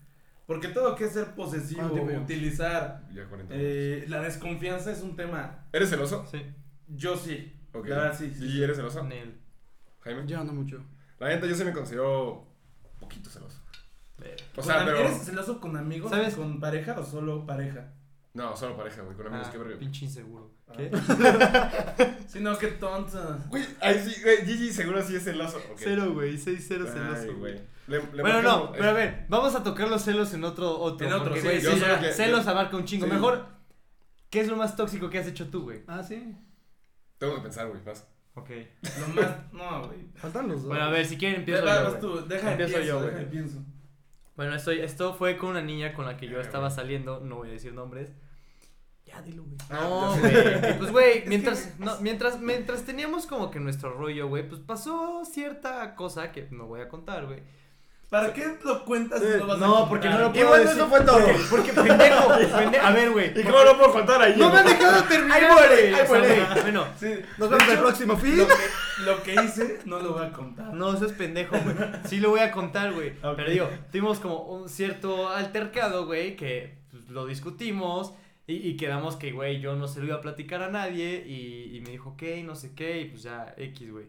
Speaker 1: Porque todo lo que es ser posesivo,
Speaker 3: ¿Cuánto tiempo llevamos?
Speaker 1: utilizar
Speaker 2: Ya 40 minutos.
Speaker 1: eh, la desconfianza es un tema.
Speaker 2: ¿Eres celoso?
Speaker 4: Sí,
Speaker 1: Yo sí.
Speaker 2: Ok.
Speaker 1: La verdad, sí. sí, sí.
Speaker 2: ¿Y eres celoso?
Speaker 4: con él.
Speaker 2: Jaime.
Speaker 3: Yo no mucho.
Speaker 2: La neta, yo sí me considero poquito celoso.
Speaker 4: Verga.
Speaker 2: O
Speaker 1: Con
Speaker 2: sea,
Speaker 1: am-
Speaker 2: pero.
Speaker 1: pues, ¿Eres celoso con amigos?
Speaker 4: ¿Sabes?
Speaker 1: ¿Con pareja o solo pareja?
Speaker 2: No, solo pareja, güey, con amigos,
Speaker 4: Ah,
Speaker 2: qué verga.
Speaker 4: pinche inseguro.
Speaker 1: Si no, qué tonta.
Speaker 2: Güey, ahí sí, güey, Gigi seguro sí es celoso. ok.
Speaker 4: Cero, güey. 6-0
Speaker 2: Ay,
Speaker 4: celoso,
Speaker 2: güey.
Speaker 4: güey.
Speaker 2: Le- le
Speaker 4: Bueno, no,
Speaker 2: marcamos- eh,
Speaker 4: pero a ver, vamos a tocar los celos en otro. otro
Speaker 1: En otro,
Speaker 4: porque,
Speaker 1: sí,
Speaker 4: güey,
Speaker 1: sí,
Speaker 4: sí,
Speaker 2: ya.
Speaker 4: ya, celos abarca un chingo.
Speaker 2: Sí.
Speaker 4: Mejor, ¿qué es lo más tóxico que has hecho tú, güey?
Speaker 3: Ah, sí.
Speaker 2: Tengo que pensar, güey, vas.
Speaker 4: Ok.
Speaker 1: Lo más. No, güey.
Speaker 3: Faltan los dos.
Speaker 4: Bueno, a ver, si quieren empiezo
Speaker 1: Vas-
Speaker 4: yo,
Speaker 1: vas
Speaker 4: güey.
Speaker 1: tú, Deja de
Speaker 4: Empiezo
Speaker 1: pienso,
Speaker 4: yo,
Speaker 1: deja
Speaker 4: güey.
Speaker 1: de pienso.
Speaker 4: Bueno, esto, esto fue con una niña con la que yo
Speaker 2: Ah,
Speaker 4: estaba
Speaker 2: güey.
Speaker 4: saliendo, no voy a decir nombres.
Speaker 3: Ya, dilo, güey.
Speaker 4: No,
Speaker 2: ya
Speaker 4: güey.
Speaker 2: sé.
Speaker 4: Y Pues, güey, mientras, no, mientras, mientras teníamos como que nuestro rollo, güey, pues pasó cierta cosa que no voy a contar, güey.
Speaker 1: ¿Para qué lo cuentas si lo vas a
Speaker 4: Eh, No, porque no
Speaker 1: contar?
Speaker 4: lo puedo decir.
Speaker 3: fue todo.
Speaker 4: Porque, pendejo, pendejo. A ver, güey.
Speaker 2: ¿Y cómo lo puedo contar ahí?
Speaker 4: No me han dejado terminar.
Speaker 3: Ahí muere,
Speaker 4: güey.
Speaker 3: ahí muere.
Speaker 4: O sea, Bueno,
Speaker 1: Sí.
Speaker 3: Nos
Speaker 1: De
Speaker 3: vemos el
Speaker 1: hecho,
Speaker 3: próximo film.
Speaker 1: Lo que, lo que hice no lo voy a contar.
Speaker 4: No, eso es pendejo, güey. Sí lo voy a contar, güey.
Speaker 1: Ok.
Speaker 4: Pero digo, tuvimos como un cierto altercado, güey, que pues, lo discutimos y, y quedamos que, güey, yo no se lo iba a platicar a nadie y, y me dijo, ok, no sé qué, y pues ya, X, güey.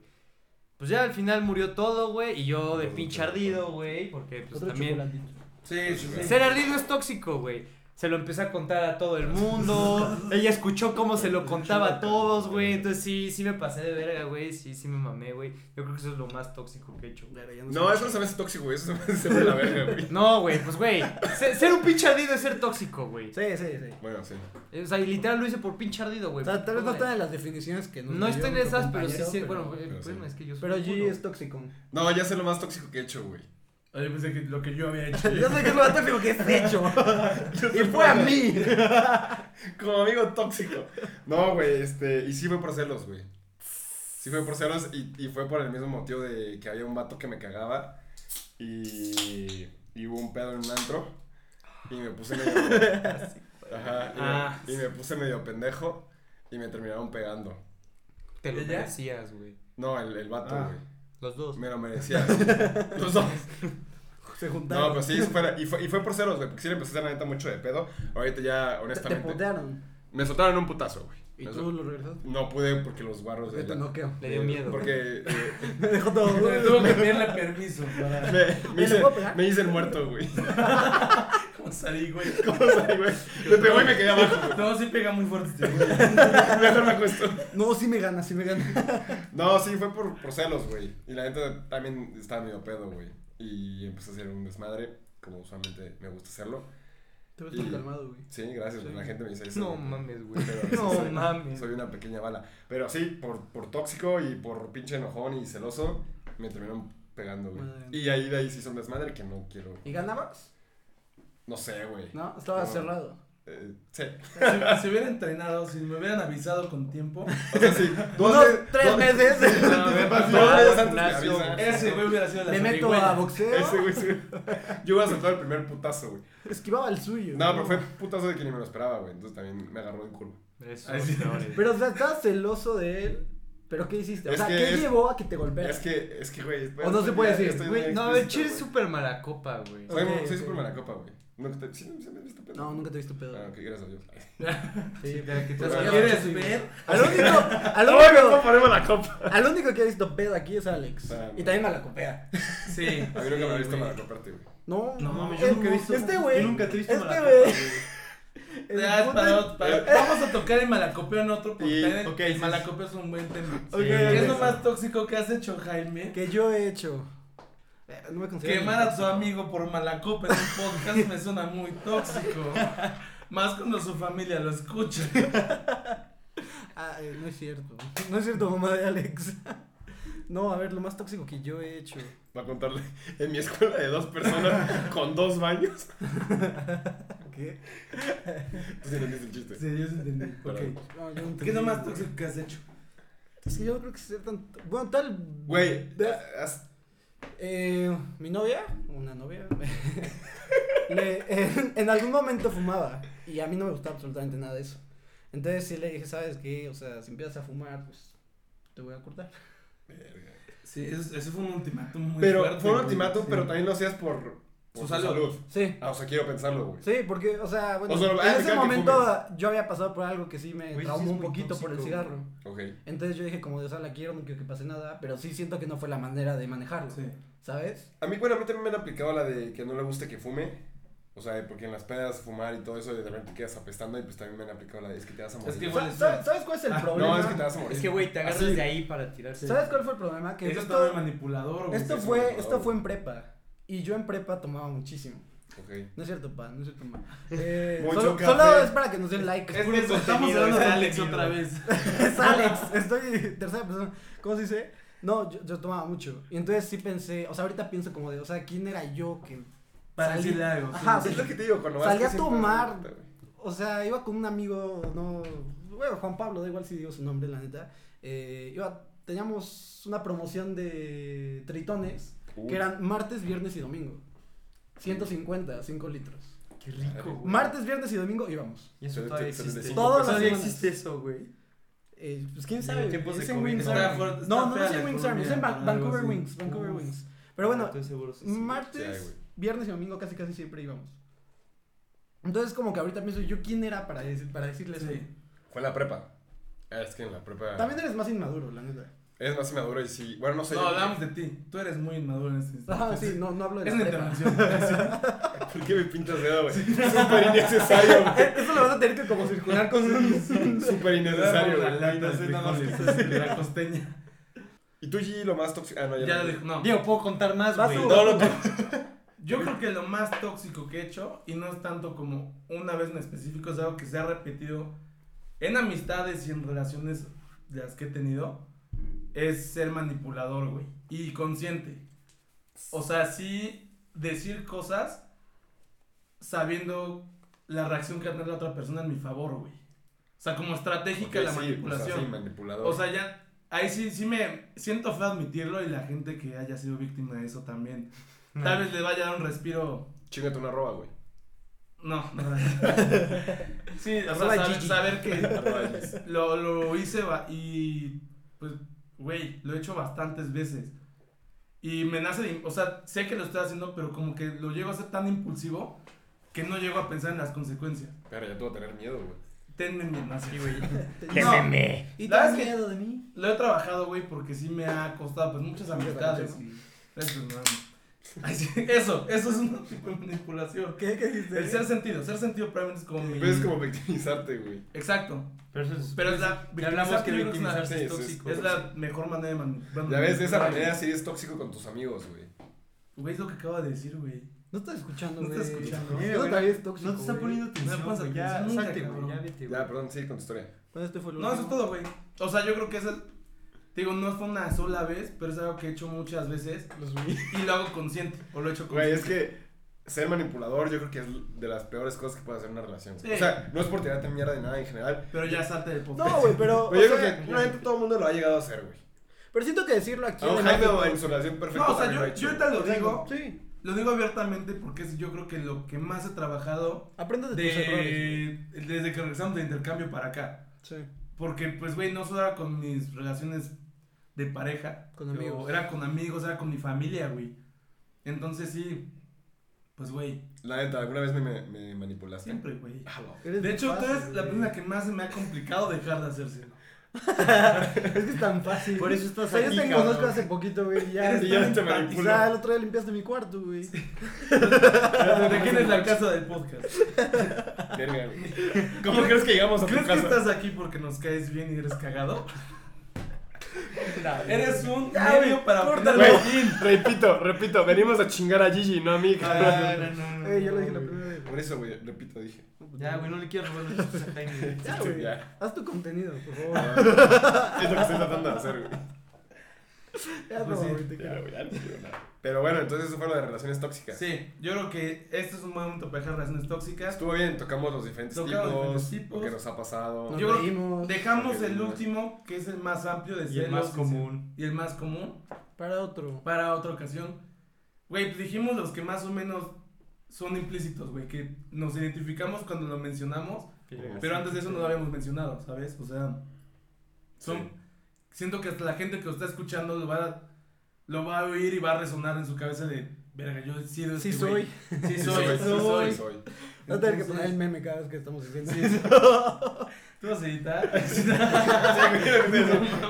Speaker 4: Pues ya al final murió todo, güey, y yo de
Speaker 2: Otro
Speaker 4: pinche
Speaker 2: chocolate.
Speaker 4: ardido, güey, porque pues
Speaker 3: Otro
Speaker 4: también...
Speaker 3: chocolatito.
Speaker 1: Sí, sí, sí.
Speaker 4: Ser ardido es tóxico, güey. Se lo empecé a contar a todo el mundo. Ella escuchó cómo se lo contaba a todos, güey. Entonces sí, sí me pasé de verga, güey. Sí, sí me mamé, güey. Yo creo que eso es lo más tóxico que he hecho. güey.
Speaker 2: No, eso no se me hace tóxico, güey. Eso se me hace de la verga, güey.
Speaker 4: No, güey, pues güey. se- Ser un pinche ardido es ser tóxico, güey.
Speaker 3: Sí, sí, sí.
Speaker 2: Bueno, sí.
Speaker 4: O sea, y literal lo hice por pinche ardido,
Speaker 3: O
Speaker 4: güey.
Speaker 3: sea, tal vez no
Speaker 4: Güey.
Speaker 3: está en las definiciones que nos
Speaker 4: No
Speaker 3: dio
Speaker 4: está en
Speaker 3: nuestro
Speaker 4: esas, pero sí, sí.
Speaker 3: compañero, pero-
Speaker 4: Bueno, güey, el
Speaker 2: pero sí. pues,
Speaker 4: problema es que yo soy.
Speaker 3: Pero
Speaker 4: un
Speaker 3: G
Speaker 4: culo.
Speaker 3: es tóxico.
Speaker 2: No, ya sé lo más tóxico que he hecho, güey.
Speaker 1: Oye, pensé que lo que yo había hecho.
Speaker 3: Yo sé que es lo más tóxico que has hecho. y fue a mí.
Speaker 2: Como amigo tóxico. No, güey, este. Y sí fue por celos, güey. Sí fue por celos y, y fue por el mismo motivo de que había un vato que me cagaba. Y. Y hubo un pedo en un antro. Y me puse medio. Ajá. y me-
Speaker 1: Ah.
Speaker 2: Y, me puse medio pendejo. Y me terminaron pegando.
Speaker 4: Te lo
Speaker 1: ¿Ella?
Speaker 4: merecías, güey.
Speaker 2: No, el, el vato,
Speaker 3: Ah.
Speaker 2: güey.
Speaker 4: Los dos.
Speaker 2: Me lo merecía. Los dos.
Speaker 3: Se juntaron.
Speaker 2: No, pues sí, eso fue- y, fue, y fue por celos, güey. Porque sí le empecé a hacer la neta mucho de pedo. Ahorita ya,
Speaker 3: Te- Te
Speaker 2: honestamente.
Speaker 3: putearon.
Speaker 2: me soltaron un putazo, güey.
Speaker 3: Y
Speaker 2: Me
Speaker 3: tú lo regresaste.
Speaker 2: No pude porque los guarros
Speaker 3: Yo
Speaker 2: de
Speaker 3: te
Speaker 2: Pues la-
Speaker 3: noqueo.
Speaker 4: Le dio miedo.
Speaker 2: Porque eh,
Speaker 3: Me dejó todo.
Speaker 1: Tuve que pedirle permiso para
Speaker 2: me, me
Speaker 3: ¿Le
Speaker 2: hice,
Speaker 3: puedo pegar?
Speaker 2: me hice el muerto, güey.
Speaker 1: ¿Cómo salí, güey.
Speaker 2: ¿Cómo salí, güey? Me pegó y me quedé abajo.
Speaker 1: No, sí pega muy fuerte este güey.
Speaker 2: Mejor me acuesto.
Speaker 3: No, sí me gana, sí me gana.
Speaker 2: No, sí, fue por, por celos, güey. Y la neta también estaba medio pedo, güey. Y empecé a hacer un desmadre, como usualmente me gusta hacerlo.
Speaker 3: Te ves
Speaker 2: Y-
Speaker 3: tan calmado, güey.
Speaker 2: Sí, gracias, güey. La gente me dice eso.
Speaker 4: No
Speaker 2: güey.
Speaker 4: mames, güey.
Speaker 2: Pero sí,
Speaker 4: No
Speaker 2: soy-
Speaker 4: mames.
Speaker 2: Soy una pequeña bala. Pero sí, por, por tóxico y por pinche enojón y celoso, me terminaron pegando, güey.
Speaker 3: Madre.
Speaker 2: Y ahí de ahí sí son desmadre que no quiero.
Speaker 3: ¿Y ganabas?
Speaker 2: No sé, güey.
Speaker 3: No, estaba
Speaker 2: No.
Speaker 3: cerrado.
Speaker 2: Eh, sí.
Speaker 1: Si, si hubiera entrenado, si me hubieran avisado con tiempo,
Speaker 2: O sea, sí. Dos
Speaker 3: Unos
Speaker 2: veces-
Speaker 3: tres
Speaker 2: dos-
Speaker 3: meses.
Speaker 2: Sí,
Speaker 4: No,
Speaker 2: antes de
Speaker 4: me
Speaker 2: pasar,
Speaker 4: pasó
Speaker 2: dos
Speaker 4: al
Speaker 2: veces antes me
Speaker 4: gimnasio,
Speaker 2: avisan.
Speaker 1: ese güey hubiera sido la
Speaker 3: Me meto
Speaker 1: zarigüeya.
Speaker 3: a boxeo.
Speaker 2: Ese güey, sí. Yo hubiera soltado el primer putazo, güey.
Speaker 3: Esquivaba el suyo.
Speaker 2: No, pero fue putazo de que ni me lo esperaba, güey. Entonces también me agarró de culo.
Speaker 4: Eres
Speaker 1: Ay, sí.
Speaker 4: peores.
Speaker 3: Pero, o sea, estabas celoso de él. ¿Pero qué hiciste? O
Speaker 2: Es
Speaker 3: sea,
Speaker 2: que
Speaker 3: ¿qué
Speaker 2: es-
Speaker 3: llevó a que te golpearas?
Speaker 2: Es que, es que, güey.
Speaker 3: O no se puede decir,
Speaker 4: Güey, no, el Chir
Speaker 2: chile
Speaker 4: es súper malacopa, güey.
Speaker 2: Soy,
Speaker 3: Ok,
Speaker 2: soy
Speaker 3: ok.
Speaker 2: súper mala copa, güey. Nunca te. Sí, sí me has visto pedo.
Speaker 3: No, nunca te he visto pedo.
Speaker 2: Ah, ok, gracias a Dios.
Speaker 3: Sí,
Speaker 4: de que te
Speaker 2: Pero
Speaker 4: has-
Speaker 1: ¿Quieres ver?
Speaker 3: Al único, al único, al único que ha visto pedo aquí es Alex.
Speaker 2: Ah,
Speaker 3: y también a la copea.
Speaker 1: Sí.
Speaker 2: A mí nunca me he visto
Speaker 1: güey.
Speaker 2: mala coparte, güey.
Speaker 3: No,
Speaker 1: No, mames,
Speaker 3: eh,
Speaker 1: yo nunca he visto.
Speaker 3: Este güey.
Speaker 5: Yo nunca te he visto
Speaker 3: este
Speaker 5: malacopa,
Speaker 3: güey.
Speaker 5: güey.
Speaker 3: el
Speaker 1: Ya, es
Speaker 3: punto
Speaker 1: para
Speaker 3: es-
Speaker 1: otro- para- Vamos a tocar el malacopeo en otro porque
Speaker 2: Y-
Speaker 1: también
Speaker 5: ok,
Speaker 1: el
Speaker 5: sí,
Speaker 1: malacopeo es un buen tema.
Speaker 3: Ok,
Speaker 1: ¿Qué es
Speaker 3: ok.
Speaker 1: lo más tóxico que has hecho, Jaime?
Speaker 3: Que yo he hecho. Eh, No me considero.
Speaker 1: Quemar a tu amigo por malacopa en un podcast me suena muy tóxico. Más cuando su familia lo escucha.
Speaker 3: Ah, eh, no es cierto. No es cierto, mamá de Alex. No, a ver, lo más tóxico que yo he hecho.
Speaker 2: Va a contarle. En mi escuela de dos personas con dos baños.
Speaker 3: ¿Qué?
Speaker 2: Tú sí entendiste el chiste.
Speaker 1: Sí, yo sí entendí.
Speaker 2: Pero-
Speaker 1: Ok.
Speaker 3: No, yo no
Speaker 1: ¿Qué es lo más
Speaker 3: entendí.
Speaker 1: tóxico que has hecho?
Speaker 3: Es que yo no creo que sea tan. Bueno, tal.
Speaker 2: Güey,
Speaker 3: de-
Speaker 2: has-
Speaker 3: Eh, mi novia, una novia, le- en, en algún momento fumaba y a mí no me gustaba absolutamente nada de eso. Entonces sí le dije, ¿sabes qué? O sea, si empiezas a fumar, pues te voy a cortar.
Speaker 1: Sí, eso, eso fue un ultimátum muy
Speaker 2: Pero
Speaker 1: fuerte,
Speaker 2: fue un
Speaker 1: güey.
Speaker 2: ultimátum,
Speaker 1: Sí.
Speaker 2: pero también lo hacías por, por
Speaker 1: Su
Speaker 2: tu
Speaker 1: salud.
Speaker 2: salud.
Speaker 3: Sí,
Speaker 2: Ah, o sea, quiero pensarlo, güey.
Speaker 3: sí, porque, o sea, bueno,
Speaker 2: O sea, ah,
Speaker 3: en
Speaker 2: me caga
Speaker 3: ese
Speaker 2: que
Speaker 3: momento yo había pasado por algo que sí me
Speaker 4: Güey, sí
Speaker 3: traumó
Speaker 4: es
Speaker 3: un
Speaker 4: muy
Speaker 3: poquito por el
Speaker 4: tóxico,
Speaker 3: cigarro.
Speaker 2: Ok.
Speaker 3: Entonces yo dije, como de, o sea, la quiero, no quiero que pase nada, pero sí siento que no fue la manera de manejarlo,
Speaker 1: Sí.
Speaker 3: ¿sabes?
Speaker 2: A mí, bueno, a mí también me han aplicado la de que no le guste que fume. O sea, porque en las pedas fumar y todo eso, de repente te quedas apestando y pues también me han aplicado la de es que te vas a morir.
Speaker 1: Es que
Speaker 3: Sa-
Speaker 1: igual
Speaker 3: sa-
Speaker 1: es
Speaker 3: ¿Sabes, cuál es el problema?
Speaker 2: Ah, no, es que te vas a morir.
Speaker 4: Es que, güey, te agarras
Speaker 2: Así.
Speaker 4: de ahí para tirarse.
Speaker 3: ¿Sabes cuál fue el problema? Que
Speaker 1: Eso
Speaker 3: esto-
Speaker 1: estaba manipulador, güey.
Speaker 3: Esto
Speaker 2: sí,
Speaker 3: fue,
Speaker 2: sobre
Speaker 3: esto
Speaker 2: todo.
Speaker 3: fue en prepa. Y yo en prepa tomaba muchísimo.
Speaker 2: Ok.
Speaker 3: No es cierto, pa, no es cierto, ma. Eh,
Speaker 2: Mucho
Speaker 3: solo,
Speaker 2: café.
Speaker 3: solo es para que nos den like.
Speaker 1: Es que estamos hablando de Alex otra vez.
Speaker 3: Es Alex, estoy tercera persona. ¿Cómo se dice? No, yo, yo tomaba mucho. Y entonces sí pensé, o sea, ahorita pienso como de, o sea, ¿quién era yo que
Speaker 1: Para
Speaker 3: salí?
Speaker 1: decirle algo. sí.
Speaker 3: Ajá,
Speaker 2: Es lo que te digo, cuando vas
Speaker 3: Salí a
Speaker 2: que siempre
Speaker 3: tomar.
Speaker 2: vas a morir, güey.
Speaker 3: O sea, iba con un amigo, no, bueno, Juan Pablo, da igual si digo su nombre, la neta. Eh, iba, teníamos una promoción de tritones
Speaker 2: Uy.
Speaker 3: que eran martes, viernes y domingo. 150, 5 litros.
Speaker 4: Qué rico, güey.
Speaker 3: Martes, viernes y domingo íbamos.
Speaker 4: Y eso
Speaker 2: Se-
Speaker 4: todavía
Speaker 2: se- se-
Speaker 4: existe.
Speaker 2: se-
Speaker 3: Todas
Speaker 4: pues, Todavía
Speaker 3: las semanas.
Speaker 4: existe eso, güey.
Speaker 3: Eh, pues quién
Speaker 4: En
Speaker 3: sabe.
Speaker 4: tiempos de
Speaker 3: Es en
Speaker 4: COVID.
Speaker 3: Wings
Speaker 4: Está
Speaker 3: Army.
Speaker 1: fuerte, está
Speaker 3: No, no,
Speaker 1: fea
Speaker 3: es
Speaker 1: la
Speaker 3: en Wings Army, es en
Speaker 1: economía,
Speaker 3: Van-
Speaker 1: algo
Speaker 3: Vancouver
Speaker 1: así.
Speaker 3: Wings. Vancouver
Speaker 1: Uf.
Speaker 3: Wings. Pero bueno,
Speaker 4: Estoy seguro, sí, sí.
Speaker 3: martes,
Speaker 2: Sí, güey.
Speaker 3: viernes y domingo casi casi siempre íbamos. Entonces como que ahorita pienso yo quién era para, decir- para decirle eso.
Speaker 1: Sí.
Speaker 2: Fue en la prepa. Ah, Es que en la prepa.
Speaker 3: También eres más inmaduro, la neta.
Speaker 2: Es más inmaduro y sí. Bueno, no sé.
Speaker 1: No,
Speaker 2: yo-
Speaker 1: hablamos de ti. Tú eres muy inmaduro en este instante.
Speaker 3: Ah, sí, no, no hablo de
Speaker 1: Es
Speaker 3: la
Speaker 1: una
Speaker 3: prepa.
Speaker 1: intervención.
Speaker 2: ¿Por qué me pintas dedo, güey? Súper innecesario, güey.
Speaker 5: Eso lo vas a tener que como circular con un...
Speaker 2: Súper innecesario,
Speaker 1: La-
Speaker 2: güey.
Speaker 1: la- la- la- la costeña.
Speaker 2: ¿Y tú, G, lo más tóxico? Ah, no, ya,
Speaker 1: Ya
Speaker 2: no.
Speaker 1: lo dijo, no.
Speaker 5: Diego, puedo contar más,
Speaker 3: Vas
Speaker 5: güey.
Speaker 3: tú.
Speaker 2: No, no, tú.
Speaker 1: Yo creo que lo más tóxico que he hecho, y no es tanto como una vez en específico, es algo que se ha repetido en amistades y en relaciones de las que he tenido, es ser manipulador, güey. Y consciente. O sea, sí decir cosas sabiendo la reacción que va a tener la otra persona en mi favor, güey. O sea, como estratégica
Speaker 2: Ok,
Speaker 1: la
Speaker 2: sí, pues,
Speaker 1: manipulación.
Speaker 2: así, manipulador.
Speaker 1: O sea, ya. Ahí sí, sí me siento feo admitirlo y la gente que haya sido víctima de eso también. Tal vez le vaya a dar un respiro.
Speaker 2: Chíngate una roba, güey.
Speaker 1: No, no. sí, o
Speaker 3: Arroba
Speaker 1: sea, saber,
Speaker 3: Gigi.
Speaker 1: saber que
Speaker 2: Arroba Gis.
Speaker 1: lo, lo hice ba- y pues, güey, lo he hecho bastantes veces. Y me nace, de- o sea, sé que lo estoy haciendo, pero como que lo llego a ser tan impulsivo que no llego a pensar en las consecuencias.
Speaker 2: Pero ya te voy a tener miedo, güey.
Speaker 1: Tenme mi nazi, güey.
Speaker 4: Quémeme.
Speaker 3: ¿Y
Speaker 1: ¿Sabes
Speaker 3: tienes
Speaker 1: qué?
Speaker 3: miedo de mí?
Speaker 1: Lo he trabajado, güey, porque sí me ha costado pues muchas amistades. y- Eso, hermano. Ay, sí, Eso, eso es un tipo de manipulación.
Speaker 3: ¿Qué, qué dijiste?
Speaker 1: El ser sentido, ser sentido probablemente es como mi.
Speaker 2: Pero es como victimizarte, güey.
Speaker 1: Exacto.
Speaker 4: Pero eso es-
Speaker 1: Pero es la.
Speaker 4: Ya hablamos que
Speaker 1: yo creo es una-
Speaker 4: victimizarse
Speaker 2: sí,
Speaker 4: es
Speaker 2: sí, sí.
Speaker 4: tóxico.
Speaker 1: Es la mejor manera de man- bueno,
Speaker 2: Ya ves, de esa
Speaker 1: güey,
Speaker 2: manera sí eres tóxico con tus amigos, güey.
Speaker 1: Güey, es lo que acabo de decir, güey.
Speaker 3: No estás escuchando,
Speaker 1: No
Speaker 3: güey.
Speaker 1: estás escuchando.
Speaker 4: Mira,
Speaker 3: No,
Speaker 4: güey,
Speaker 3: todavía es tóxico,
Speaker 4: No te está
Speaker 3: güey.
Speaker 4: poniendo atención,
Speaker 1: No le pones
Speaker 4: güey,
Speaker 1: atención
Speaker 4: ya,
Speaker 1: nunca,
Speaker 4: salte, güey,
Speaker 1: cabrón.
Speaker 4: ya vete, güey.
Speaker 2: Ya, perdón, sigue con tu historia.
Speaker 3: Bueno, este fue el
Speaker 1: No, eso es
Speaker 3: último.
Speaker 1: todo, güey. O sea, yo creo que es el. te Digo, no fue una sola vez, pero es algo que he hecho muchas veces y lo hago consciente. O lo he hecho
Speaker 2: Güey,
Speaker 1: consciente.
Speaker 2: es que ser manipulador yo creo que es de las peores cosas que puede hacer una relación. güey.
Speaker 1: Sí.
Speaker 2: O sea, no es por tirarte mierda ni nada en general.
Speaker 1: Pero ya salte del podcast.
Speaker 3: No, güey, pero.
Speaker 2: Pero yo
Speaker 3: o sea,
Speaker 2: creo que realmente todo el mundo lo ha llegado a hacer, güey.
Speaker 3: Pero siento que decirlo aquí.
Speaker 2: A un
Speaker 3: en
Speaker 2: Jaime
Speaker 3: México-
Speaker 2: o en su relación perfecta.
Speaker 1: No, o sea,
Speaker 2: también lo ha
Speaker 1: yo,
Speaker 2: hecho,
Speaker 1: yo ahorita lo digo,
Speaker 3: Sí.
Speaker 1: lo digo abiertamente porque es- yo creo que lo que más he trabajado
Speaker 3: Aprende de, tus errores.
Speaker 1: de, desde que regresamos de intercambio para acá.
Speaker 3: güey. Sí.
Speaker 1: Porque, pues, güey, no solo era con mis relaciones de pareja.
Speaker 3: Con
Speaker 1: pero
Speaker 3: amigos.
Speaker 1: Era con amigos, era con mi familia, güey. Entonces, sí, pues, güey,
Speaker 2: La neta, ¿alguna vez me, me- me manipulaste?
Speaker 1: siempre, güey.
Speaker 2: Ah, no.
Speaker 3: Eres
Speaker 1: De hecho, tú
Speaker 3: pues, fácil,
Speaker 1: eres la
Speaker 3: güey.
Speaker 1: persona que más me ha complicado dejar de hacerse.
Speaker 3: Es que es tan fácil.
Speaker 5: Por eso estás
Speaker 3: O sea,
Speaker 5: aquí,
Speaker 3: yo te
Speaker 5: cabrón.
Speaker 3: conozco hace poquito, güey. y Ya.
Speaker 2: Y ya te manipulo.
Speaker 3: Quizá el otro día limpiaste mi cuarto, güey.
Speaker 1: ¿De quién es la casa del podcast?
Speaker 2: Verga, güey. ¿Cómo crees que llegamos a tu
Speaker 1: ¿Crees que
Speaker 2: casa?
Speaker 1: estás aquí porque nos caes bien y eres cagado? Eres un
Speaker 3: Ya, güey,
Speaker 1: medio para
Speaker 3: córtalo.
Speaker 1: ponerme-
Speaker 2: Güey, repito, repito, venimos a chingar a Gigi, no a mí.
Speaker 4: Ah, no, no, no,
Speaker 3: Güey, yo
Speaker 4: no,
Speaker 3: lo dije la
Speaker 4: güey.
Speaker 3: primera vez.
Speaker 2: Por eso, güey, repito, dije.
Speaker 4: Ya, güey, no le quiero robar los chistes a Jaime.
Speaker 3: Ya,
Speaker 2: Sí,
Speaker 3: güey.
Speaker 2: ya.
Speaker 3: Haz tu contenido, por favor.
Speaker 2: Ah, Es lo que estoy tratando de hacer, güey.
Speaker 3: Ya,
Speaker 1: Pues
Speaker 3: no,
Speaker 1: sí.
Speaker 3: güey, te
Speaker 2: Ya,
Speaker 3: quiero.
Speaker 2: güey, ya no digo nada. Pero bueno, entonces eso fue lo de relaciones tóxicas.
Speaker 1: Sí, yo creo que este es un momento para dejar relaciones tóxicas.
Speaker 2: Estuvo bien, tocamos los diferentes
Speaker 1: Tocamos
Speaker 2: tipos,
Speaker 1: diferentes tipos.
Speaker 2: lo que nos ha pasado.
Speaker 3: Nos
Speaker 1: Yo-
Speaker 3: reímos.
Speaker 1: Dejamos el último, que es el más amplio de
Speaker 4: Y el
Speaker 1: celos
Speaker 4: más común.
Speaker 1: Y el más común
Speaker 3: Para otro.
Speaker 1: para otra ocasión. Güey, pues dijimos los que más o menos son implícitos, güey, que nos identificamos cuando lo mencionamos, pero antes de eso no lo habíamos mencionado, ¿sabes? O sea, son siento que hasta la gente que lo está escuchando lo va a, lo va a oír y va a resonar en su cabeza de, verga, yo he sido
Speaker 3: Sí
Speaker 1: este güey".
Speaker 3: soy.
Speaker 1: Sí
Speaker 2: Sí,
Speaker 1: soy,
Speaker 2: soy, sí, soy,
Speaker 1: soy.
Speaker 2: soy.
Speaker 3: No tener que
Speaker 1: Entonces-
Speaker 3: poner el meme cada vez que estamos diciendo.
Speaker 1: Sí, sí. ¿Tú vas a editar?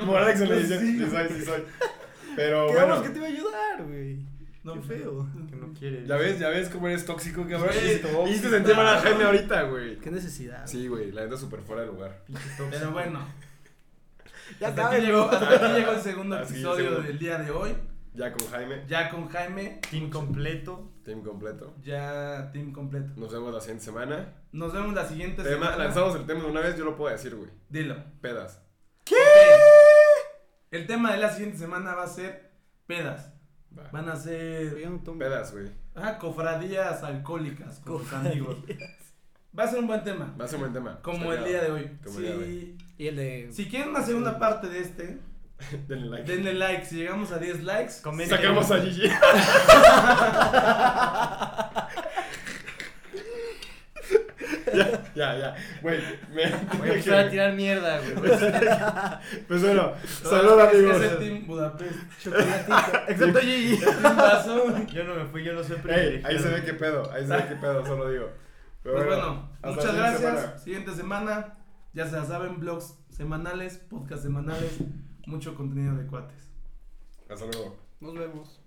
Speaker 2: Moralex en la edición,
Speaker 1: Sí.
Speaker 2: Pues sí soy, sí soy. Pero
Speaker 3: Quedamos
Speaker 2: bueno,
Speaker 3: que te iba a ayudar, güey.
Speaker 1: No,
Speaker 3: Qué feo.
Speaker 4: Que no quiere.
Speaker 2: ya ves, ya ves cómo eres tóxico, cabrón.
Speaker 1: Sí,
Speaker 2: Y Hiciste sentir mal a la gente ahorita, güey.
Speaker 3: Qué necesidad.
Speaker 2: Sí, güey, la neta súper fuera de lugar.
Speaker 1: Pero bueno.
Speaker 3: Ya
Speaker 1: hasta, aquí
Speaker 3: saben,
Speaker 1: llegó,
Speaker 3: güey.
Speaker 1: hasta aquí llegó el segundo
Speaker 2: Así,
Speaker 1: episodio
Speaker 2: segundo.
Speaker 1: del día de hoy.
Speaker 2: Ya con Jaime,
Speaker 1: Ya con Jaime,
Speaker 4: Team completo.
Speaker 2: team completo.
Speaker 1: ya team completo.
Speaker 2: Nos vemos la siguiente semana.
Speaker 1: Nos vemos la siguiente
Speaker 2: Tema-
Speaker 1: semana.
Speaker 2: lanzamos el tema de una vez, yo lo puedo decir, güey.
Speaker 1: Dilo.
Speaker 2: Pedas.
Speaker 1: Ok. El tema de la siguiente semana va a ser pedas.
Speaker 2: Va.
Speaker 1: Van a ser
Speaker 3: Yo no tomo.
Speaker 2: Pedas, güey.
Speaker 1: ah, cofradías alcohólicas con tus amigos. Va a ser un buen tema.
Speaker 2: Va a ser buen tema.
Speaker 1: Como el
Speaker 2: Está cagado.
Speaker 1: día de hoy.
Speaker 2: Como el día de
Speaker 1: Si,
Speaker 3: Y el de.
Speaker 1: si quieren una segunda parte de este,
Speaker 2: Denle like.
Speaker 1: denle like. Si llegamos a 10 likes,
Speaker 4: Comenten.
Speaker 2: Sacamos a Gigi. ya, ya, ya. Güey, me.
Speaker 4: Voy a empezar a tirar mierda, güey.
Speaker 2: Pues bueno,
Speaker 1: Salud
Speaker 2: salud amigos.
Speaker 1: Es el Team Budapest. Pues
Speaker 3: Chocolatito. Excepto Gigi.
Speaker 1: El Team Vaso.
Speaker 4: Yo no me fui, yo no soy
Speaker 2: Ey,
Speaker 4: privilegiado.
Speaker 2: ahí se ve qué pedo, ahí se ve qué pedo, solo digo. Pero
Speaker 1: Pues bueno,
Speaker 2: hasta la
Speaker 1: muchas
Speaker 2: siguiente
Speaker 1: gracias.
Speaker 2: semana.
Speaker 1: Siguiente semana, ya se la saben, blogs semanales, podcast semanales, mucho contenido de cuates.
Speaker 2: Hasta luego.
Speaker 3: Nos vemos.